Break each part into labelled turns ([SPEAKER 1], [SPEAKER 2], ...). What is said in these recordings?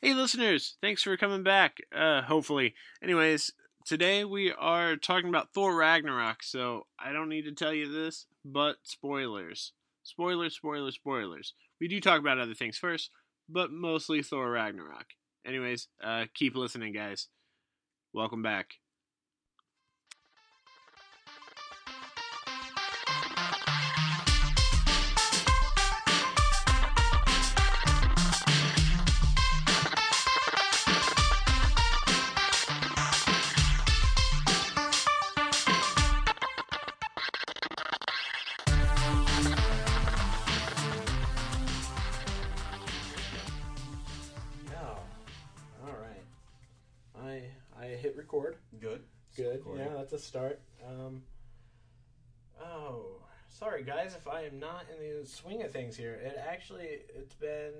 [SPEAKER 1] Hey, listeners! Thanks for coming back. Uh, hopefully. Anyways, today we are talking about Thor Ragnarok, so I don't need to tell you this, but spoilers. Spoilers, spoilers, spoilers. We do talk about other things first, but mostly Thor Ragnarok. Anyways, uh, keep listening, guys. Welcome back.
[SPEAKER 2] No. All right. I I hit record.
[SPEAKER 3] Good.
[SPEAKER 2] Good.
[SPEAKER 3] Recording.
[SPEAKER 2] Yeah, that's a start. Um. Oh, sorry guys, if I am not in the swing of things here. It actually, it's been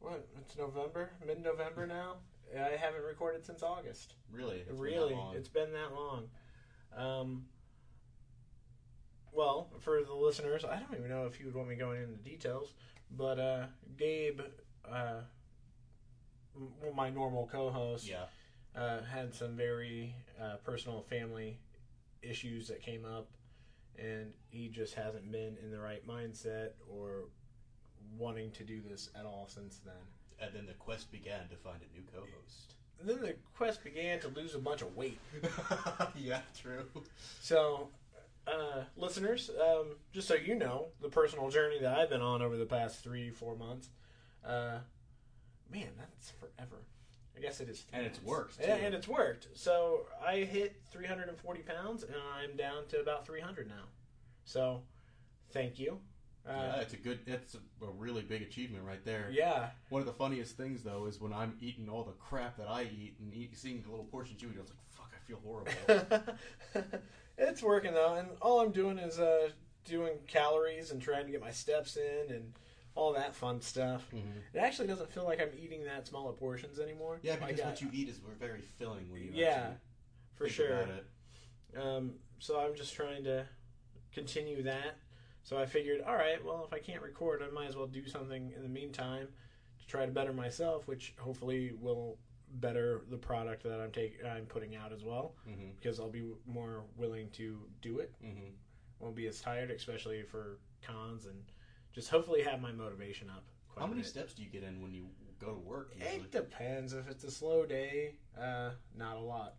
[SPEAKER 2] what? It's November, mid-November now. I haven't recorded since August.
[SPEAKER 3] Really? It's been that
[SPEAKER 2] really,
[SPEAKER 3] long.
[SPEAKER 2] it's been that long. Um. Well, for the listeners, I don't even know if you would want me going into details, but uh, Gabe, uh, m- well, my normal co-host,
[SPEAKER 3] yeah.
[SPEAKER 2] uh, had some very uh, personal family issues that came up, and he just hasn't been in the right mindset or wanting to do this at all since then.
[SPEAKER 3] And then the quest began to find a new co-host.
[SPEAKER 2] And then the quest began to lose a bunch of weight.
[SPEAKER 3] yeah, true.
[SPEAKER 2] So, uh, listeners, um, just so you know, the personal journey that I've been on over the past three, four months, uh, man, that's forever. I guess it is.
[SPEAKER 3] And it's worked,
[SPEAKER 2] Yeah,
[SPEAKER 3] too.
[SPEAKER 2] and it's worked. So I hit 340 pounds, and I'm down to about 300 now. So, thank you.
[SPEAKER 3] yeah,
[SPEAKER 2] Uh,
[SPEAKER 3] it's a good. That's a, a really big achievement right there.
[SPEAKER 2] yeah,
[SPEAKER 3] One of the funniest things though is when I'm eating all the crap that I eat and eat, seeing the little portions you eat, I was like, "Fuck, I feel horrible."
[SPEAKER 2] it's working though, and all I'm doing is uh, doing calories and trying to get my steps in and all that fun stuff.
[SPEAKER 3] Mhm.
[SPEAKER 2] It actually doesn't feel like I'm eating that small of portions anymore.
[SPEAKER 3] Yeah,
[SPEAKER 2] Like,
[SPEAKER 3] because
[SPEAKER 2] I-
[SPEAKER 3] what you eat is we're very filling when you
[SPEAKER 2] Yeah,
[SPEAKER 3] actually
[SPEAKER 2] for
[SPEAKER 3] think
[SPEAKER 2] sure.
[SPEAKER 3] about it.
[SPEAKER 2] Um, so I'm just trying to continue that. So I figured, all right, well, if I can't record, I might as well do something in the meantime to try to better myself, which hopefully will better the product that I'm taking, I'm putting out as well,
[SPEAKER 3] Mhm.
[SPEAKER 2] because I'll be more willing to do it.
[SPEAKER 3] Mhm.
[SPEAKER 2] Won't be as tired, especially for cons, and just hopefully have my motivation up. Quite
[SPEAKER 3] How
[SPEAKER 2] a
[SPEAKER 3] many
[SPEAKER 2] bit.
[SPEAKER 3] steps do you get in when you go to work? Usually?
[SPEAKER 2] It depends. If it's a slow day, uh, not a lot.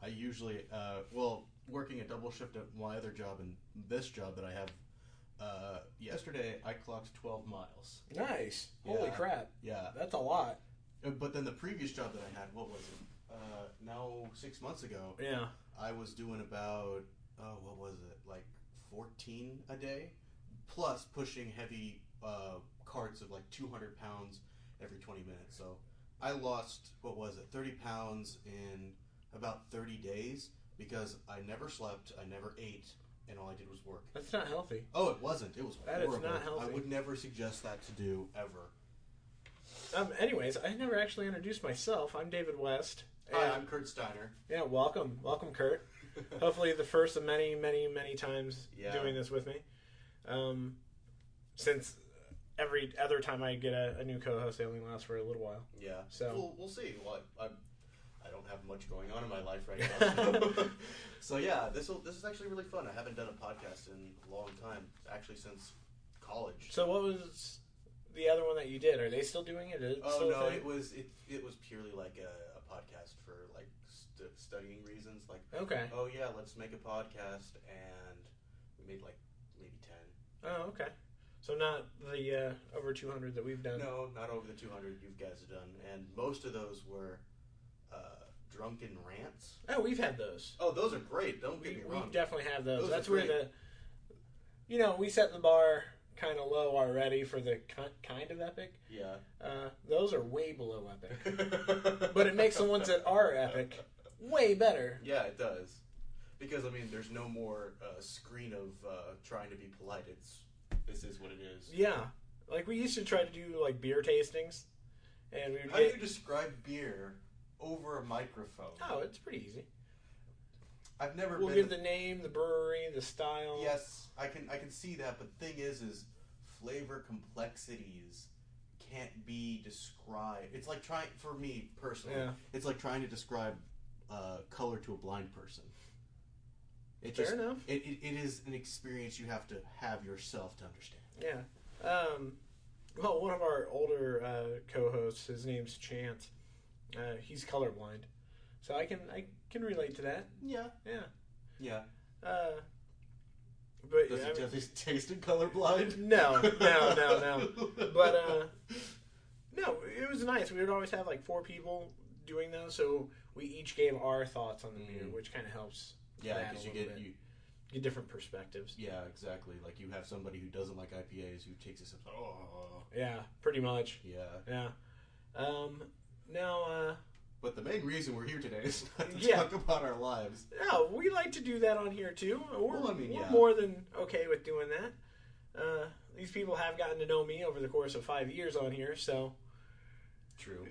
[SPEAKER 3] I usually, uh, well, working a double shift at my other job and this job that I have. Uh, yesterday, I clocked 12 miles.
[SPEAKER 2] Nice. Holy
[SPEAKER 3] Yeah.
[SPEAKER 2] crap.
[SPEAKER 3] Yeah.
[SPEAKER 2] That's a lot.
[SPEAKER 3] Uh, But then the previous job that I had, what was it? Uh, now six months ago,
[SPEAKER 2] Yeah.
[SPEAKER 3] I was doing about oh, what was it? Like 14 a day, plus pushing heavy uh, carts of like 200 pounds every 20 minutes. So I lost what was it? 30 pounds in about 30 days because I never slept, I never ate, and all I did was work.
[SPEAKER 2] That's not healthy.
[SPEAKER 3] Oh, it wasn't. It was
[SPEAKER 2] That is
[SPEAKER 3] horrible.
[SPEAKER 2] not
[SPEAKER 3] I
[SPEAKER 2] healthy.
[SPEAKER 3] would never suggest that to do ever.
[SPEAKER 2] Um, anyways, I never actually introduced myself. I'm David West.
[SPEAKER 3] Hi,
[SPEAKER 2] And-
[SPEAKER 3] I'm Kurt Steiner.
[SPEAKER 2] yeah, welcome. Welcome, Kurt. Hopefully, the first of many, many, many times
[SPEAKER 3] Yeah.
[SPEAKER 2] doing this with me. Um, since every other time I get a, a new co host, they only last for a little while.
[SPEAKER 3] Yeah.
[SPEAKER 2] So-
[SPEAKER 3] we'll, we'll see. Well, I, I, I don't have much going on in my life right now. So, so yeah, this will this is actually really fun. I haven't done a podcast in a long time, actually since college.
[SPEAKER 2] So, what was the other one that you did? Are they still doing it? Is it
[SPEAKER 3] Oh
[SPEAKER 2] still a
[SPEAKER 3] no,
[SPEAKER 2] thing?
[SPEAKER 3] it was it it was purely like a, a podcast for like st- studying reasons. Like,
[SPEAKER 2] Okay.
[SPEAKER 3] oh yeah, let's make a podcast, and we made like maybe ten.
[SPEAKER 2] Oh, okay. So, not the uh, over 200 that we've done.
[SPEAKER 3] No, not over the two hundred you guys have done, and most of those were uh, drunken rants.
[SPEAKER 2] Oh, we've had those.
[SPEAKER 3] Oh, those are great. Don't get
[SPEAKER 2] We,
[SPEAKER 3] me
[SPEAKER 2] we
[SPEAKER 3] wrong.
[SPEAKER 2] definitely have those.
[SPEAKER 3] Those are
[SPEAKER 2] That's where the,
[SPEAKER 3] great.
[SPEAKER 2] you know, we set the bar kind of low already for the ki- kind of epic.
[SPEAKER 3] Yeah.
[SPEAKER 2] Uh, those are way below epic,
[SPEAKER 3] but
[SPEAKER 2] but it makes the ones that are epic way better.
[SPEAKER 3] Yeah, it does. Because I mean, there's no more uh, screen of uh, trying to be polite. It's this is what it is.
[SPEAKER 2] Yeah, like we used to try to do like beer tastings, and we would
[SPEAKER 3] How do you
[SPEAKER 2] get.
[SPEAKER 3] describe beer over a microphone?
[SPEAKER 2] Oh, it's pretty easy.
[SPEAKER 3] I've never
[SPEAKER 2] We'll
[SPEAKER 3] been.
[SPEAKER 2] give the name, the brewery, the style.
[SPEAKER 3] yes, I can I can see that. But thing is, is flavor complexities can't be described. It's like trying for me personally.
[SPEAKER 2] Yeah.
[SPEAKER 3] It's like trying to describe uh, color to a blind person. It
[SPEAKER 2] Fair
[SPEAKER 3] just
[SPEAKER 2] enough.
[SPEAKER 3] it, it, it is an experience you have to have yourself to understand.
[SPEAKER 2] Yeah. Um, well, one of our older uh, co-hosts, his name's Chance. Uh, he's colorblind, so I can I can relate to that.
[SPEAKER 3] Yeah,
[SPEAKER 2] Yeah.
[SPEAKER 3] yeah.
[SPEAKER 2] Uh, but
[SPEAKER 3] Does
[SPEAKER 2] yeah,
[SPEAKER 3] it
[SPEAKER 2] I mean-
[SPEAKER 3] just is taste and colorblind?
[SPEAKER 2] no, no, no, no. But, uh, No, it was nice. We would always have like four people doing those, so we each gave our thoughts on the
[SPEAKER 3] Mm.
[SPEAKER 2] beer, which kind of helps
[SPEAKER 3] yeah,
[SPEAKER 2] that
[SPEAKER 3] because
[SPEAKER 2] a
[SPEAKER 3] you
[SPEAKER 2] little
[SPEAKER 3] get
[SPEAKER 2] bit.
[SPEAKER 3] you.
[SPEAKER 2] get different perspectives.
[SPEAKER 3] Yeah, exactly. Like you have somebody who doesn't like IPAs who takes this. Oh,
[SPEAKER 2] Yeah, pretty much.
[SPEAKER 3] yeah.
[SPEAKER 2] Yeah. Um, now, uh,
[SPEAKER 3] But the main reason we're here today is not to
[SPEAKER 2] Yeah.
[SPEAKER 3] talk about our lives.
[SPEAKER 2] no, we like to do that on here too. We're,
[SPEAKER 3] Well, I mean,
[SPEAKER 2] we're
[SPEAKER 3] yeah.
[SPEAKER 2] more than okay with doing that. Uh, these people have gotten to know me over the course of five years on here, so
[SPEAKER 3] True.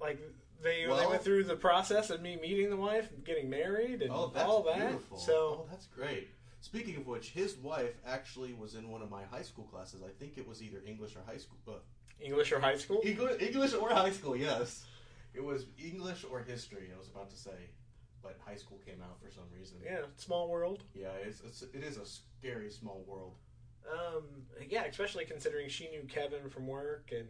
[SPEAKER 2] like they they
[SPEAKER 3] Well-
[SPEAKER 2] went through the process of me meeting the wife, getting married, and
[SPEAKER 3] Oh, that's
[SPEAKER 2] all that.
[SPEAKER 3] beautiful.
[SPEAKER 2] So
[SPEAKER 3] oh, that's great. Speaking of which, his wife actually was in one of my high school classes. I think it was either English or high school. Uh,
[SPEAKER 2] English or high school?
[SPEAKER 3] English, English or high school, yes. It was English or history. I was about to say, but high school came out for some reason.
[SPEAKER 2] Yeah, small world.
[SPEAKER 3] Yeah, it's, it's it is a scary small world.
[SPEAKER 2] Um, yeah, especially considering she knew Kevin from work and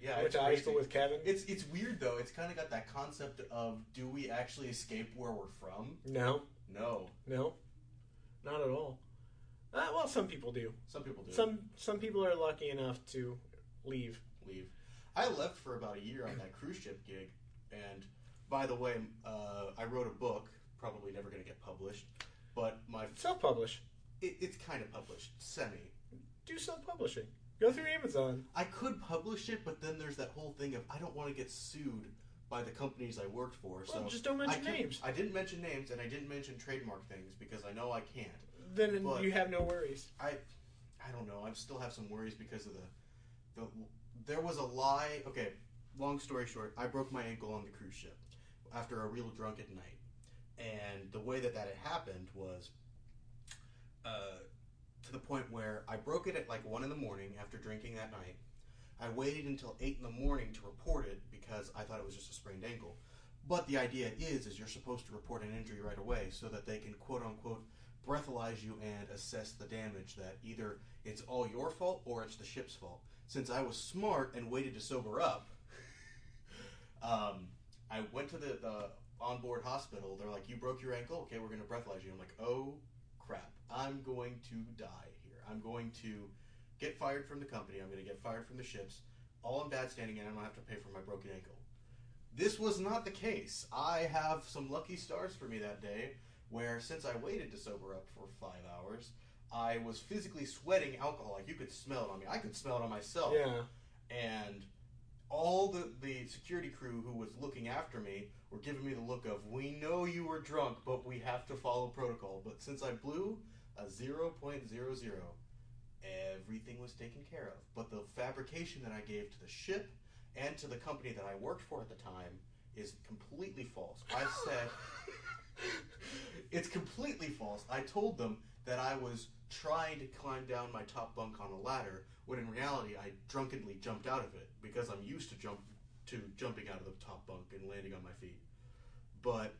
[SPEAKER 3] Yeah,
[SPEAKER 2] went
[SPEAKER 3] it's
[SPEAKER 2] to high
[SPEAKER 3] crazy.
[SPEAKER 2] school with Kevin.
[SPEAKER 3] It's it's weird though. It's kind of got that concept of do we actually escape where we're from?
[SPEAKER 2] No,
[SPEAKER 3] No,
[SPEAKER 2] no, not at all. Uh, well, some people do.
[SPEAKER 3] some people do.
[SPEAKER 2] Some some people are lucky enough to leave.
[SPEAKER 3] leave. I left for about a year on that cruise ship gig, and by the way, uh, I wrote a book. Probably never going to get published, but my
[SPEAKER 2] Self-publish.
[SPEAKER 3] it, it's kind of published, semi.
[SPEAKER 2] Do self-publishing. Go through Amazon.
[SPEAKER 3] I could publish it, but then there's that whole thing of I don't want to get sued by the companies I worked for. So
[SPEAKER 2] Well, just don't
[SPEAKER 3] I
[SPEAKER 2] mention
[SPEAKER 3] can't-
[SPEAKER 2] names.
[SPEAKER 3] I didn't mention names, and I didn't mention trademark things because I know I can't.
[SPEAKER 2] Then
[SPEAKER 3] But-
[SPEAKER 2] you have no worries.
[SPEAKER 3] I I don't know. I still have some worries because of the the there was a lie. Okay, long story short, I broke my ankle on the cruise ship after a real drunk at night, and the way that that had happened was uh, to the point where I broke it at like one in the morning after drinking that night. I waited until eight in the morning to report it because I thought it was just a sprained ankle. But the idea is, is you're supposed to report an injury right away so that they can quote unquote breathalyze you and assess the damage that either it's all your fault or it's the ship's fault. Since I was smart and waited to sober up, um, I went to the, the onboard hospital. They're like, "You broke your ankle. Okay, we're going to breathalyze you." I'm like, "Oh crap! I'm going to die here. I'm going to get fired from the company. I'm going to get fired from the ships. All in bad standing, and I'm going to have to pay for my broken ankle." This was not the case. I have some lucky stars for me that day where since I waited to sober up for five hours, I was physically sweating alcohol. Like you could smell it on me. I could smell it on myself.
[SPEAKER 2] Yeah.
[SPEAKER 3] And all the, the security crew who was looking after me were giving me the look of, we know you were drunk, but we have to follow protocol. But since I blew a 0.00, everything was taken care of. But the fabrication that I gave to the ship and to the company that I worked for at the time is completely false. I said, it's completely false. I told them that I was trying to climb down my top bunk on a ladder, when in reality I drunkenly jumped out of it because I'm used to jump to jumping out of the top bunk and landing on my feet. But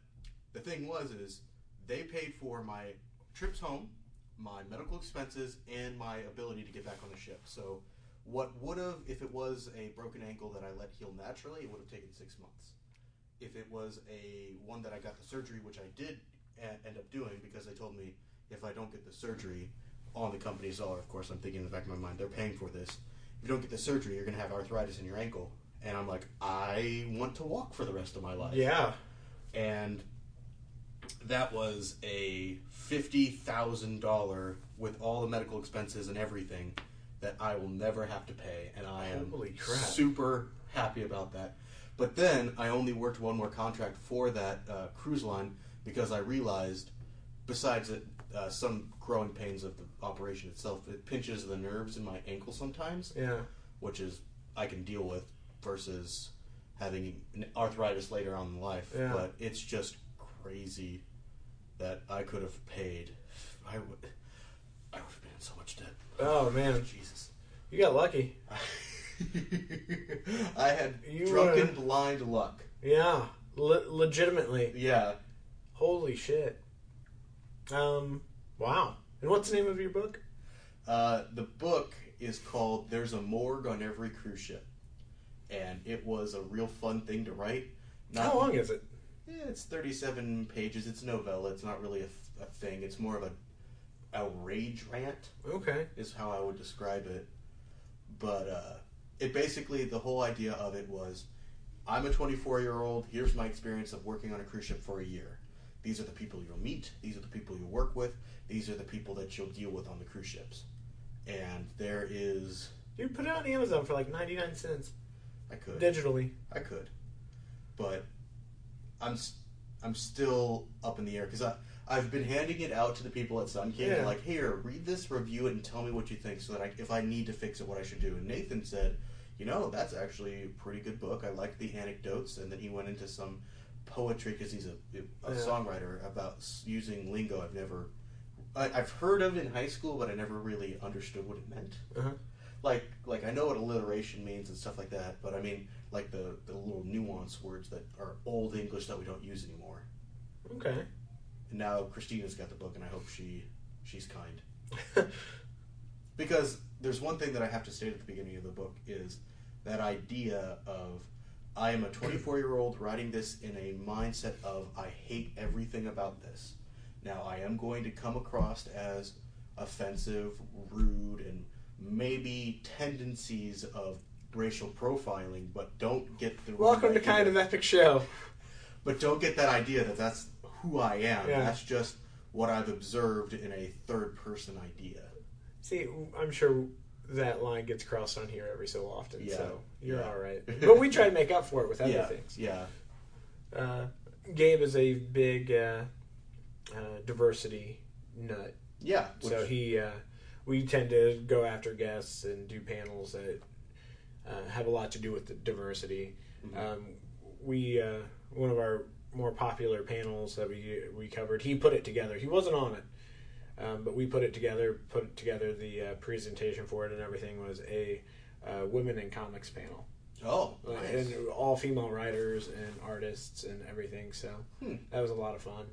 [SPEAKER 3] the thing was, is they paid for my trips home, my medical expenses, and my ability to get back on the ship. So, what would have, if it was a broken ankle that I let heal naturally, it would have taken six months. If it was a one that I got the surgery, which I did e- end up doing because they told me if I don't get the surgery on the company's dollar, of course, I'm thinking in the back of my mind, they're paying for this. If you don't get the surgery, you're going to have arthritis in your ankle. And I'm like, I want to walk for the rest of my life
[SPEAKER 2] Yeah.
[SPEAKER 3] and that was a fifty thousand dollar with all the medical expenses and everything that I will never have to pay, and I am
[SPEAKER 2] Holy crap.
[SPEAKER 3] super happy about that. But then I only worked one more contract for that uh, cruise line because I realized, besides it, uh, some growing pains of the operation itself, it pinches the nerves in my ankle sometimes
[SPEAKER 2] Yeah.
[SPEAKER 3] which is I can deal with versus having an arthritis later on in life.
[SPEAKER 2] Yeah.
[SPEAKER 3] But it's just crazy that I could have paid. I would. I would have been in so much debt.
[SPEAKER 2] Oh man,
[SPEAKER 3] Jesus.
[SPEAKER 2] you got lucky.
[SPEAKER 3] I had
[SPEAKER 2] You
[SPEAKER 3] drunken
[SPEAKER 2] were-
[SPEAKER 3] blind luck.
[SPEAKER 2] Yeah, le- legitimately.
[SPEAKER 3] Yeah.
[SPEAKER 2] Holy shit. Um, wow. And what's the name of your book?
[SPEAKER 3] Uh, the book is called There's a Morgue on Every Cruise Ship. And it was a real fun thing to write.
[SPEAKER 2] How long is it?
[SPEAKER 3] Yeah, Eh, it's 37 pages. It's novella. It's not really a, f- a thing. It's more of a, a rage rant,
[SPEAKER 2] Okay.
[SPEAKER 3] is how I would describe it. But uh, it basically, the whole idea of it was I'm a 24 year old. Here's my experience of working on a cruise ship for a year. These are the people you'll meet. These are the people you work with. These are the people that you'll deal with on the cruise ships. And there is.
[SPEAKER 2] You put it on Amazon for like 99 cents
[SPEAKER 3] I could.
[SPEAKER 2] digitally.
[SPEAKER 3] I could, but I'm s- I'm still up in the air because I I've been handing it out to the people at Sun King.
[SPEAKER 2] Yeah.
[SPEAKER 3] Like, here, read this, review it, and tell me what you think, so that I, if I need to fix it, what I should do. And Nathan said, you know, that's actually a pretty good book. I like the anecdotes, and then he went into some poetry because he's a, a
[SPEAKER 2] Yeah.
[SPEAKER 3] songwriter about s- using lingo I've never. I, I've heard of in high school, but I never really understood what it meant
[SPEAKER 2] Uh-huh.
[SPEAKER 3] like like I know what alliteration means and stuff like that, but I mean like the the little nuance words that are old English that we don't use anymore.
[SPEAKER 2] Okay.
[SPEAKER 3] And now Christina's got the book, and I hope she she's kind because there's one thing that I have to state at the beginning of the book is that idea of I am a 24 year old writing this in a mindset of I hate everything about this. Now I am going to come across as offensive, rude, and maybe tendencies of racial profiling, but don't get the wrong
[SPEAKER 2] Welcome to
[SPEAKER 3] idea-
[SPEAKER 2] Kind of Epic Show.
[SPEAKER 3] but don't get that idea that that's who I am.
[SPEAKER 2] Yeah.
[SPEAKER 3] That's just what I've observed in a third person idea.
[SPEAKER 2] See, I'm sure that line gets crossed on here every so often,
[SPEAKER 3] Yeah.
[SPEAKER 2] so you're
[SPEAKER 3] Yeah.
[SPEAKER 2] all right. But we try to make up for it with other
[SPEAKER 3] yeah,
[SPEAKER 2] things.
[SPEAKER 3] yeah.
[SPEAKER 2] Uh, Gabe is a big uh, uh, diversity nut,
[SPEAKER 3] Yeah,
[SPEAKER 2] so
[SPEAKER 3] which-
[SPEAKER 2] he uh, we tend to go after guests and do panels that uh, have a lot to do with the diversity.
[SPEAKER 3] Mhm.
[SPEAKER 2] Um, we uh, one of our more popular panels that we we covered. He put it together. He wasn't on it, um, but we put it together. Put together the uh, presentation for it and everything was a uh, women in comics panel.
[SPEAKER 3] Oh,
[SPEAKER 2] Like,
[SPEAKER 3] nice.
[SPEAKER 2] and all female writers and artists and everything. So
[SPEAKER 3] Hmm.
[SPEAKER 2] that was a lot of fun.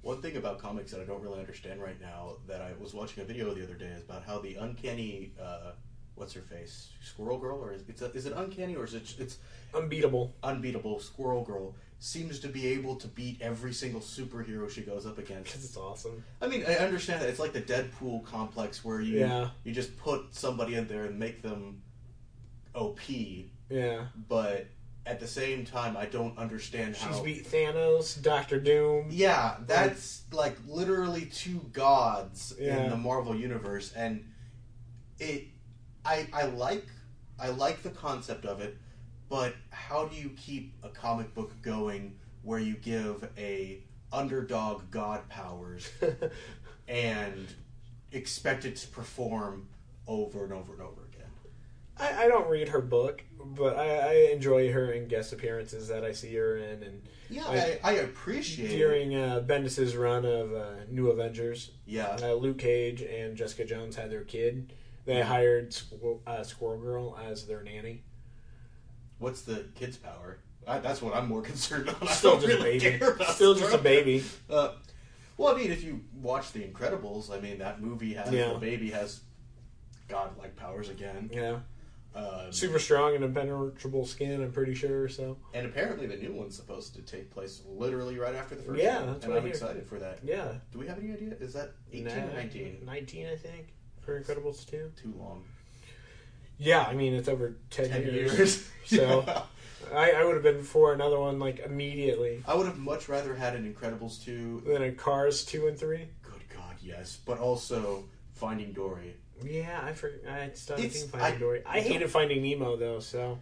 [SPEAKER 3] One thing about comics that I don't really understand right now that I was watching a video the other day is about how the uncanny, uh, what's her face, Squirrel Girl, or is, it's is it uncanny or is it it's
[SPEAKER 2] Unbeatable.
[SPEAKER 3] unbeatable? Squirrel Girl seems to be able to beat every single superhero she goes up
[SPEAKER 2] Because
[SPEAKER 3] against.
[SPEAKER 2] it's awesome.
[SPEAKER 3] I mean, I understand that it's like the Deadpool complex where you
[SPEAKER 2] Yeah.
[SPEAKER 3] you just put somebody in there and make them OP,
[SPEAKER 2] Yeah.
[SPEAKER 3] but at the same time, I don't understand how
[SPEAKER 2] She's beat Thanos, Doctor Doom.
[SPEAKER 3] Yeah, that's like literally two gods
[SPEAKER 2] Yeah.
[SPEAKER 3] in the Marvel universe, and it. I I like I like the concept of it, but how do you keep a comic book going where you give a underdog god powers and expect it to perform over and over and over again?
[SPEAKER 2] I, I don't read her book, but I, I enjoy her in guest appearances that I see her in. And
[SPEAKER 3] Yeah, I,
[SPEAKER 2] Like,
[SPEAKER 3] I appreciate it.
[SPEAKER 2] during uh, Bendis' run of uh, New Avengers,
[SPEAKER 3] Yeah,
[SPEAKER 2] uh, Luke Cage and Jessica Jones had their kid. They hired Squirrel, uh, Squirrel Girl as their nanny.
[SPEAKER 3] what's the kid's power? I, that's what I'm more concerned about. I
[SPEAKER 2] Still
[SPEAKER 3] don't
[SPEAKER 2] just
[SPEAKER 3] really
[SPEAKER 2] a baby.
[SPEAKER 3] care about
[SPEAKER 2] Still just a
[SPEAKER 3] Scarlet.
[SPEAKER 2] baby.
[SPEAKER 3] Uh, well, I mean, if you watch The Incredibles, I mean, that movie has
[SPEAKER 2] Yeah.
[SPEAKER 3] the baby has godlike powers again,
[SPEAKER 2] Yeah.
[SPEAKER 3] um,
[SPEAKER 2] super strong and impenetrable skin. I'm pretty sure. So
[SPEAKER 3] and apparently the new one's supposed to take place literally right after the first
[SPEAKER 2] Yeah,
[SPEAKER 3] one.
[SPEAKER 2] that's
[SPEAKER 3] and
[SPEAKER 2] what
[SPEAKER 3] I'm
[SPEAKER 2] I hear.
[SPEAKER 3] excited for that.
[SPEAKER 2] yeah,
[SPEAKER 3] Do we have any idea? Is that 18,
[SPEAKER 2] Nah,
[SPEAKER 3] 19?
[SPEAKER 2] 19, I think for Incredibles two.
[SPEAKER 3] Too long.
[SPEAKER 2] Yeah, I mean it's over ten,
[SPEAKER 3] 10
[SPEAKER 2] years.
[SPEAKER 3] years.
[SPEAKER 2] So-
[SPEAKER 3] Yeah.
[SPEAKER 2] I, I would have been for another one like immediately.
[SPEAKER 3] I would have much rather had an Incredibles 2.
[SPEAKER 2] Then in Cars two and three.
[SPEAKER 3] Good God, yes. But also Finding Dory.
[SPEAKER 2] Yeah, I forgot. I started
[SPEAKER 3] It's-
[SPEAKER 2] seeing Finding
[SPEAKER 3] I-
[SPEAKER 2] Dory. I
[SPEAKER 3] I don't-
[SPEAKER 2] hated Finding Nemo though, so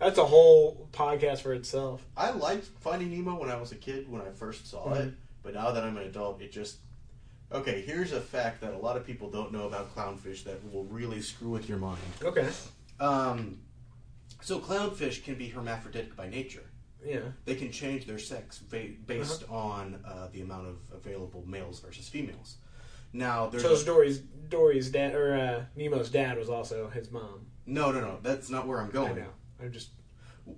[SPEAKER 2] that's a whole podcast for itself.
[SPEAKER 3] I liked Finding Nemo when I was a kid when I first saw it, but now that I'm an adult, it just okay. Here's a fact that a lot of people don't know about clownfish that will really screw with your mind.
[SPEAKER 2] Okay.
[SPEAKER 3] Um, so clownfish can be hermaphroditic by nature.
[SPEAKER 2] Yeah.
[SPEAKER 3] They can change their sex ba- based on uh, the amount of available males versus females. Now, there's
[SPEAKER 2] So
[SPEAKER 3] a-
[SPEAKER 2] it's Dory's Dory's dad or uh, Nemo's dad was also his mom.
[SPEAKER 3] No, no, no. That's not where I'm
[SPEAKER 2] I
[SPEAKER 3] going.
[SPEAKER 2] know. I'm just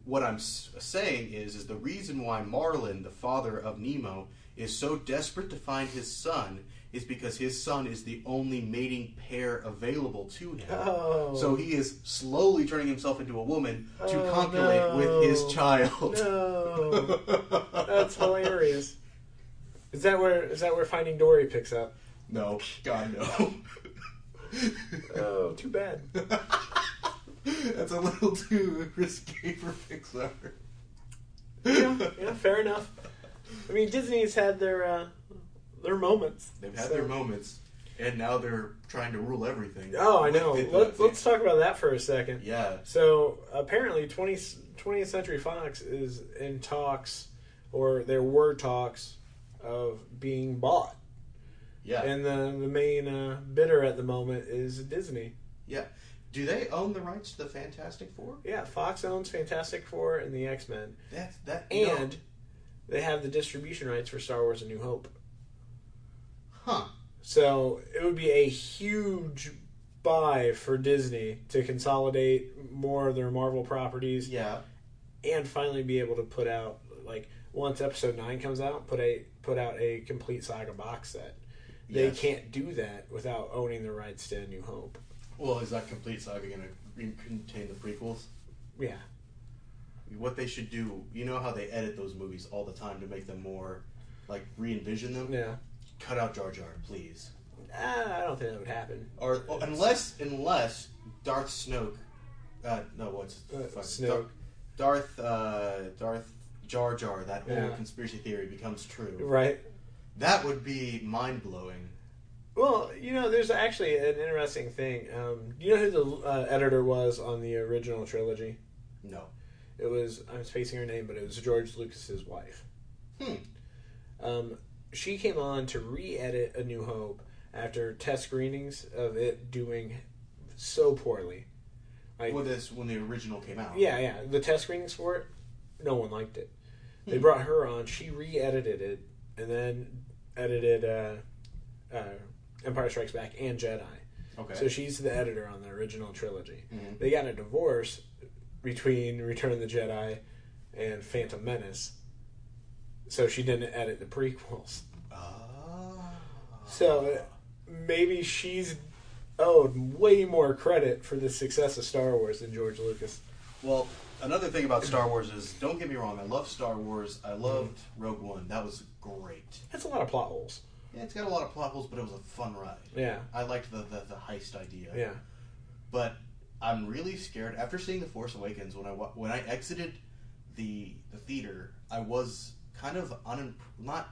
[SPEAKER 3] what I'm s- saying is is the reason why Marlin, the father of Nemo, is so desperate to find his son is because his son is the only mating pair available to him.
[SPEAKER 2] oh.
[SPEAKER 3] So he is slowly turning himself into a woman to
[SPEAKER 2] Oh,
[SPEAKER 3] copulate
[SPEAKER 2] no.
[SPEAKER 3] with his child.
[SPEAKER 2] no. That's hilarious. Is that where is that where Finding Dory picks up?
[SPEAKER 3] No, God no.
[SPEAKER 2] Oh, too bad.
[SPEAKER 3] That's a little too risky for Pixar.
[SPEAKER 2] Yeah, yeah, fair enough. I mean, Disney's had their uh, their moments.
[SPEAKER 3] They've had their moments, and now they're trying to rule everything.
[SPEAKER 2] Oh, I
[SPEAKER 3] With
[SPEAKER 2] know.
[SPEAKER 3] the-
[SPEAKER 2] Let's let's talk about that for a second.
[SPEAKER 3] Yeah.
[SPEAKER 2] So apparently, 20, 20th Century Fox is in talks, or there were talks, of being bought,
[SPEAKER 3] Yeah.
[SPEAKER 2] and the the main uh, bidder at the moment is Disney.
[SPEAKER 3] Do they own the rights to the Fantastic Four?
[SPEAKER 2] Yeah, Fox owns Fantastic Four and the X Men,
[SPEAKER 3] That's that. no.
[SPEAKER 2] and they have the distribution rights for Star Wars: A New Hope.
[SPEAKER 3] huh?
[SPEAKER 2] So it would be a huge buy for Disney to consolidate more of their Marvel properties
[SPEAKER 3] Yeah.
[SPEAKER 2] and finally be able to put out like once episode 9 comes out put a put out a complete saga box set. They
[SPEAKER 3] Yes.
[SPEAKER 2] can't do that without owning the rights to A New Hope.
[SPEAKER 3] Well, is that complete saga going to contain the prequels?
[SPEAKER 2] Yeah.
[SPEAKER 3] What they should do, you know how they edit those movies all the time to make them more, like re-envision them.
[SPEAKER 2] Yeah.
[SPEAKER 3] Cut out Jar Jar, please.
[SPEAKER 2] Ah, I don't think that would happen.
[SPEAKER 3] Or oh, unless unless Darth Snoke, uh, no, what's
[SPEAKER 2] Uh,
[SPEAKER 3] fuck,
[SPEAKER 2] Snoke.
[SPEAKER 3] Dar- Darth uh, Darth Jar Jar, that whole
[SPEAKER 2] Yeah.
[SPEAKER 3] conspiracy theory becomes true.
[SPEAKER 2] Right.
[SPEAKER 3] That would be mind blowing.
[SPEAKER 2] Well, you know, there's actually an interesting thing. Um, you know who the uh, editor was on the original trilogy?
[SPEAKER 3] No.
[SPEAKER 2] It was I'm spacing her name, but it was George Lucas's wife.
[SPEAKER 3] Hmm.
[SPEAKER 2] Um, she came on to re-edit A New Hope after test screenings of it doing so poorly. Like,
[SPEAKER 3] Well, this when the original came out.
[SPEAKER 2] yeah, yeah, the test screenings for it, no one liked it. They
[SPEAKER 3] Hmm.
[SPEAKER 2] brought her on. She re-edited it and then edited uh, uh, Empire Strikes Back and Jedi.
[SPEAKER 3] Okay.
[SPEAKER 2] So she's the editor on the original trilogy.
[SPEAKER 3] Mhm.
[SPEAKER 2] They got a divorce between Return of the Jedi and Phantom Menace. So she didn't edit the prequels.
[SPEAKER 3] Ah.
[SPEAKER 2] So maybe she's owed way more credit for the success of Star Wars than George Lucas.
[SPEAKER 3] well, another thing about Star Wars is don't get me wrong. I love Star Wars. I
[SPEAKER 2] Mm-hmm.
[SPEAKER 3] loved Rogue One. That was great.
[SPEAKER 2] That's a lot of plot holes.
[SPEAKER 3] Yeah, it's got a lot of plot holes, but it was a fun ride.
[SPEAKER 2] Yeah,
[SPEAKER 3] I liked the the, the heist idea.
[SPEAKER 2] yeah.
[SPEAKER 3] But I'm really scared after seeing The Force Awakens. When I wa- when I exited the the theater, I was kind of unim- not.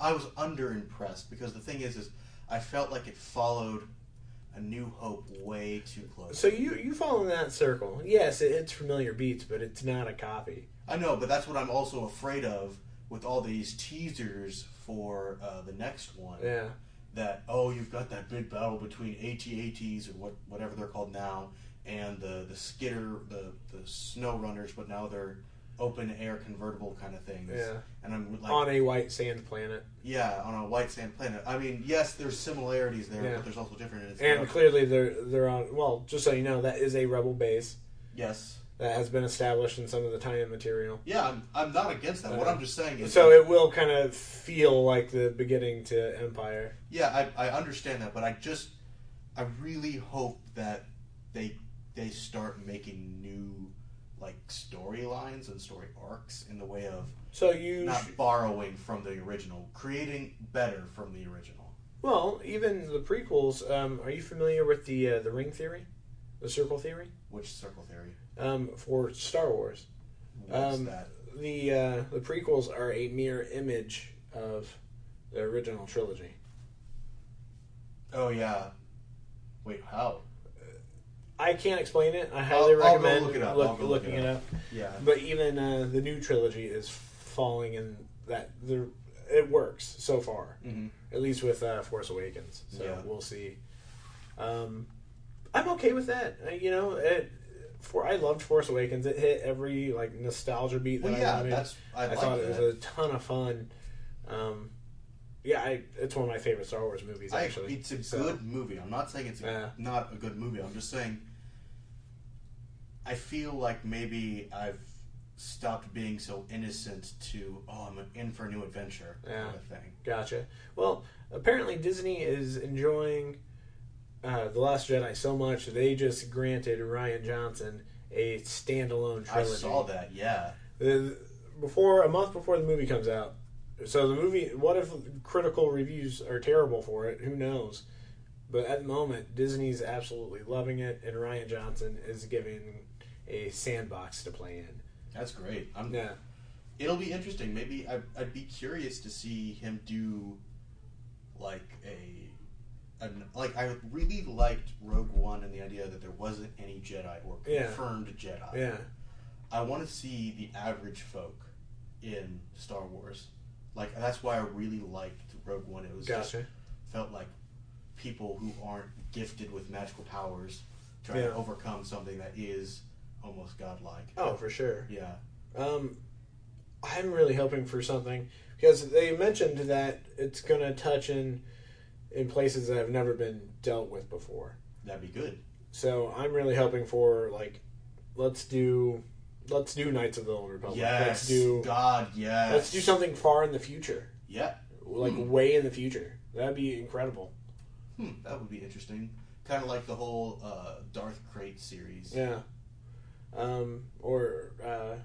[SPEAKER 3] I was underimpressed because the thing is, is I felt like it followed A New Hope way too close.
[SPEAKER 2] So you you fall in that circle. Yes, it, it's familiar beats, but it's not a copy.
[SPEAKER 3] I know, but that's what I'm also afraid of with all these teasers for uh, the next one.
[SPEAKER 2] Yeah,
[SPEAKER 3] That oh, you've got that big battle between AT-ATs or what, whatever they're called now, and the the skitter, the the snow runners, but now they're open air convertible kind of things.
[SPEAKER 2] yeah.
[SPEAKER 3] And I'm like,
[SPEAKER 2] On a white sand planet,
[SPEAKER 3] yeah, on a white sand planet. I mean, yes, there's similarities there,
[SPEAKER 2] Yeah.
[SPEAKER 3] but there's also differences.
[SPEAKER 2] and clearly they're they're on. Well, just so you know, that is a rebel base.
[SPEAKER 3] yes,
[SPEAKER 2] that has been established in some of the tie-in material.
[SPEAKER 3] yeah, I'm, I'm not against that. what
[SPEAKER 2] Uh,
[SPEAKER 3] I'm just saying is,
[SPEAKER 2] So it will kind of feel like the beginning to Empire.
[SPEAKER 3] Yeah, I, I understand that, but I just I really hope that they they start making new like storylines and story arcs in the way of
[SPEAKER 2] So you,
[SPEAKER 3] not
[SPEAKER 2] sh-
[SPEAKER 3] borrowing from the original, creating better from the original.
[SPEAKER 2] well, even the prequels. Um, are you familiar with the uh, the ring theory, the circle theory
[SPEAKER 3] Which circle theory?
[SPEAKER 2] um, for Star Wars?
[SPEAKER 3] What's
[SPEAKER 2] Um,
[SPEAKER 3] that?
[SPEAKER 2] The uh, the prequels are a mirror image of the original trilogy.
[SPEAKER 3] Oh yeah. Wait, how?
[SPEAKER 2] I can't explain it. I
[SPEAKER 3] I'll-
[SPEAKER 2] highly
[SPEAKER 3] I'll go
[SPEAKER 2] recommend
[SPEAKER 3] look it up. I'll go look
[SPEAKER 2] looking
[SPEAKER 3] it
[SPEAKER 2] it up.
[SPEAKER 3] Yeah.
[SPEAKER 2] But even uh, the new trilogy is falling in that the it works so far.
[SPEAKER 3] Mm-hmm.
[SPEAKER 2] at least with uh, Force Awakens. So
[SPEAKER 3] Yeah.
[SPEAKER 2] we'll see. Um, I'm okay with that. Uh, you know, it, for I loved Force Awakens. It hit every like nostalgia beat that
[SPEAKER 3] Well,
[SPEAKER 2] I
[SPEAKER 3] yeah,
[SPEAKER 2] wanted.
[SPEAKER 3] that's I,
[SPEAKER 2] I,
[SPEAKER 3] like
[SPEAKER 2] thought
[SPEAKER 3] that.
[SPEAKER 2] it was a ton of fun. Um, yeah, I, it's one of my favorite Star Wars movies.
[SPEAKER 3] I,
[SPEAKER 2] Actually,
[SPEAKER 3] it's a
[SPEAKER 2] So-
[SPEAKER 3] good movie. I'm not saying it's a,
[SPEAKER 2] Yeah.
[SPEAKER 3] not a good movie. I'm just saying I feel like maybe I've stopped being so innocent to oh I'm in for a new adventure
[SPEAKER 2] Yeah.
[SPEAKER 3] kind of thing.
[SPEAKER 2] Gotcha. Well, apparently Disney is enjoying uh, The Last Jedi so much they just granted Ryan Johnson a standalone
[SPEAKER 3] I
[SPEAKER 2] trilogy.
[SPEAKER 3] saw that. Yeah.
[SPEAKER 2] The, before a month before the movie comes out. So the movie, what if critical reviews are terrible for it? Who knows? But at the moment, Disney's absolutely loving it, and Ryan Johnson is given a sandbox to play in.
[SPEAKER 3] That's great. I'm,
[SPEAKER 2] Yeah,
[SPEAKER 3] It'll be interesting. Maybe I, I'd be curious to see him do like a, an, like I really liked Rogue One and the idea that there wasn't any Jedi or
[SPEAKER 2] Yeah.
[SPEAKER 3] confirmed Jedi.
[SPEAKER 2] yeah,
[SPEAKER 3] I want to see the average folk in Star Wars. Like that's why I really liked Rogue One. It was just
[SPEAKER 2] gotcha.
[SPEAKER 3] felt like people who aren't gifted with magical powers trying
[SPEAKER 2] Yeah.
[SPEAKER 3] to overcome something that is almost godlike.
[SPEAKER 2] Oh, for sure.
[SPEAKER 3] Yeah.
[SPEAKER 2] Um, I'm really hoping for something because they mentioned that it's going to touch in in places that have never been dealt with before.
[SPEAKER 3] That'd be good.
[SPEAKER 2] So I'm really hoping for like, let's do let's do Knights of the Old Republic.
[SPEAKER 3] yes.
[SPEAKER 2] Let's do
[SPEAKER 3] God, yes.
[SPEAKER 2] let's do something far in the future,
[SPEAKER 3] Yeah.
[SPEAKER 2] like
[SPEAKER 3] Hmm.
[SPEAKER 2] way in the future. That'd be incredible.
[SPEAKER 3] Hmm, that would be interesting. Kind of like the whole uh, Darth Crate series.
[SPEAKER 2] Yeah. Um, or uh,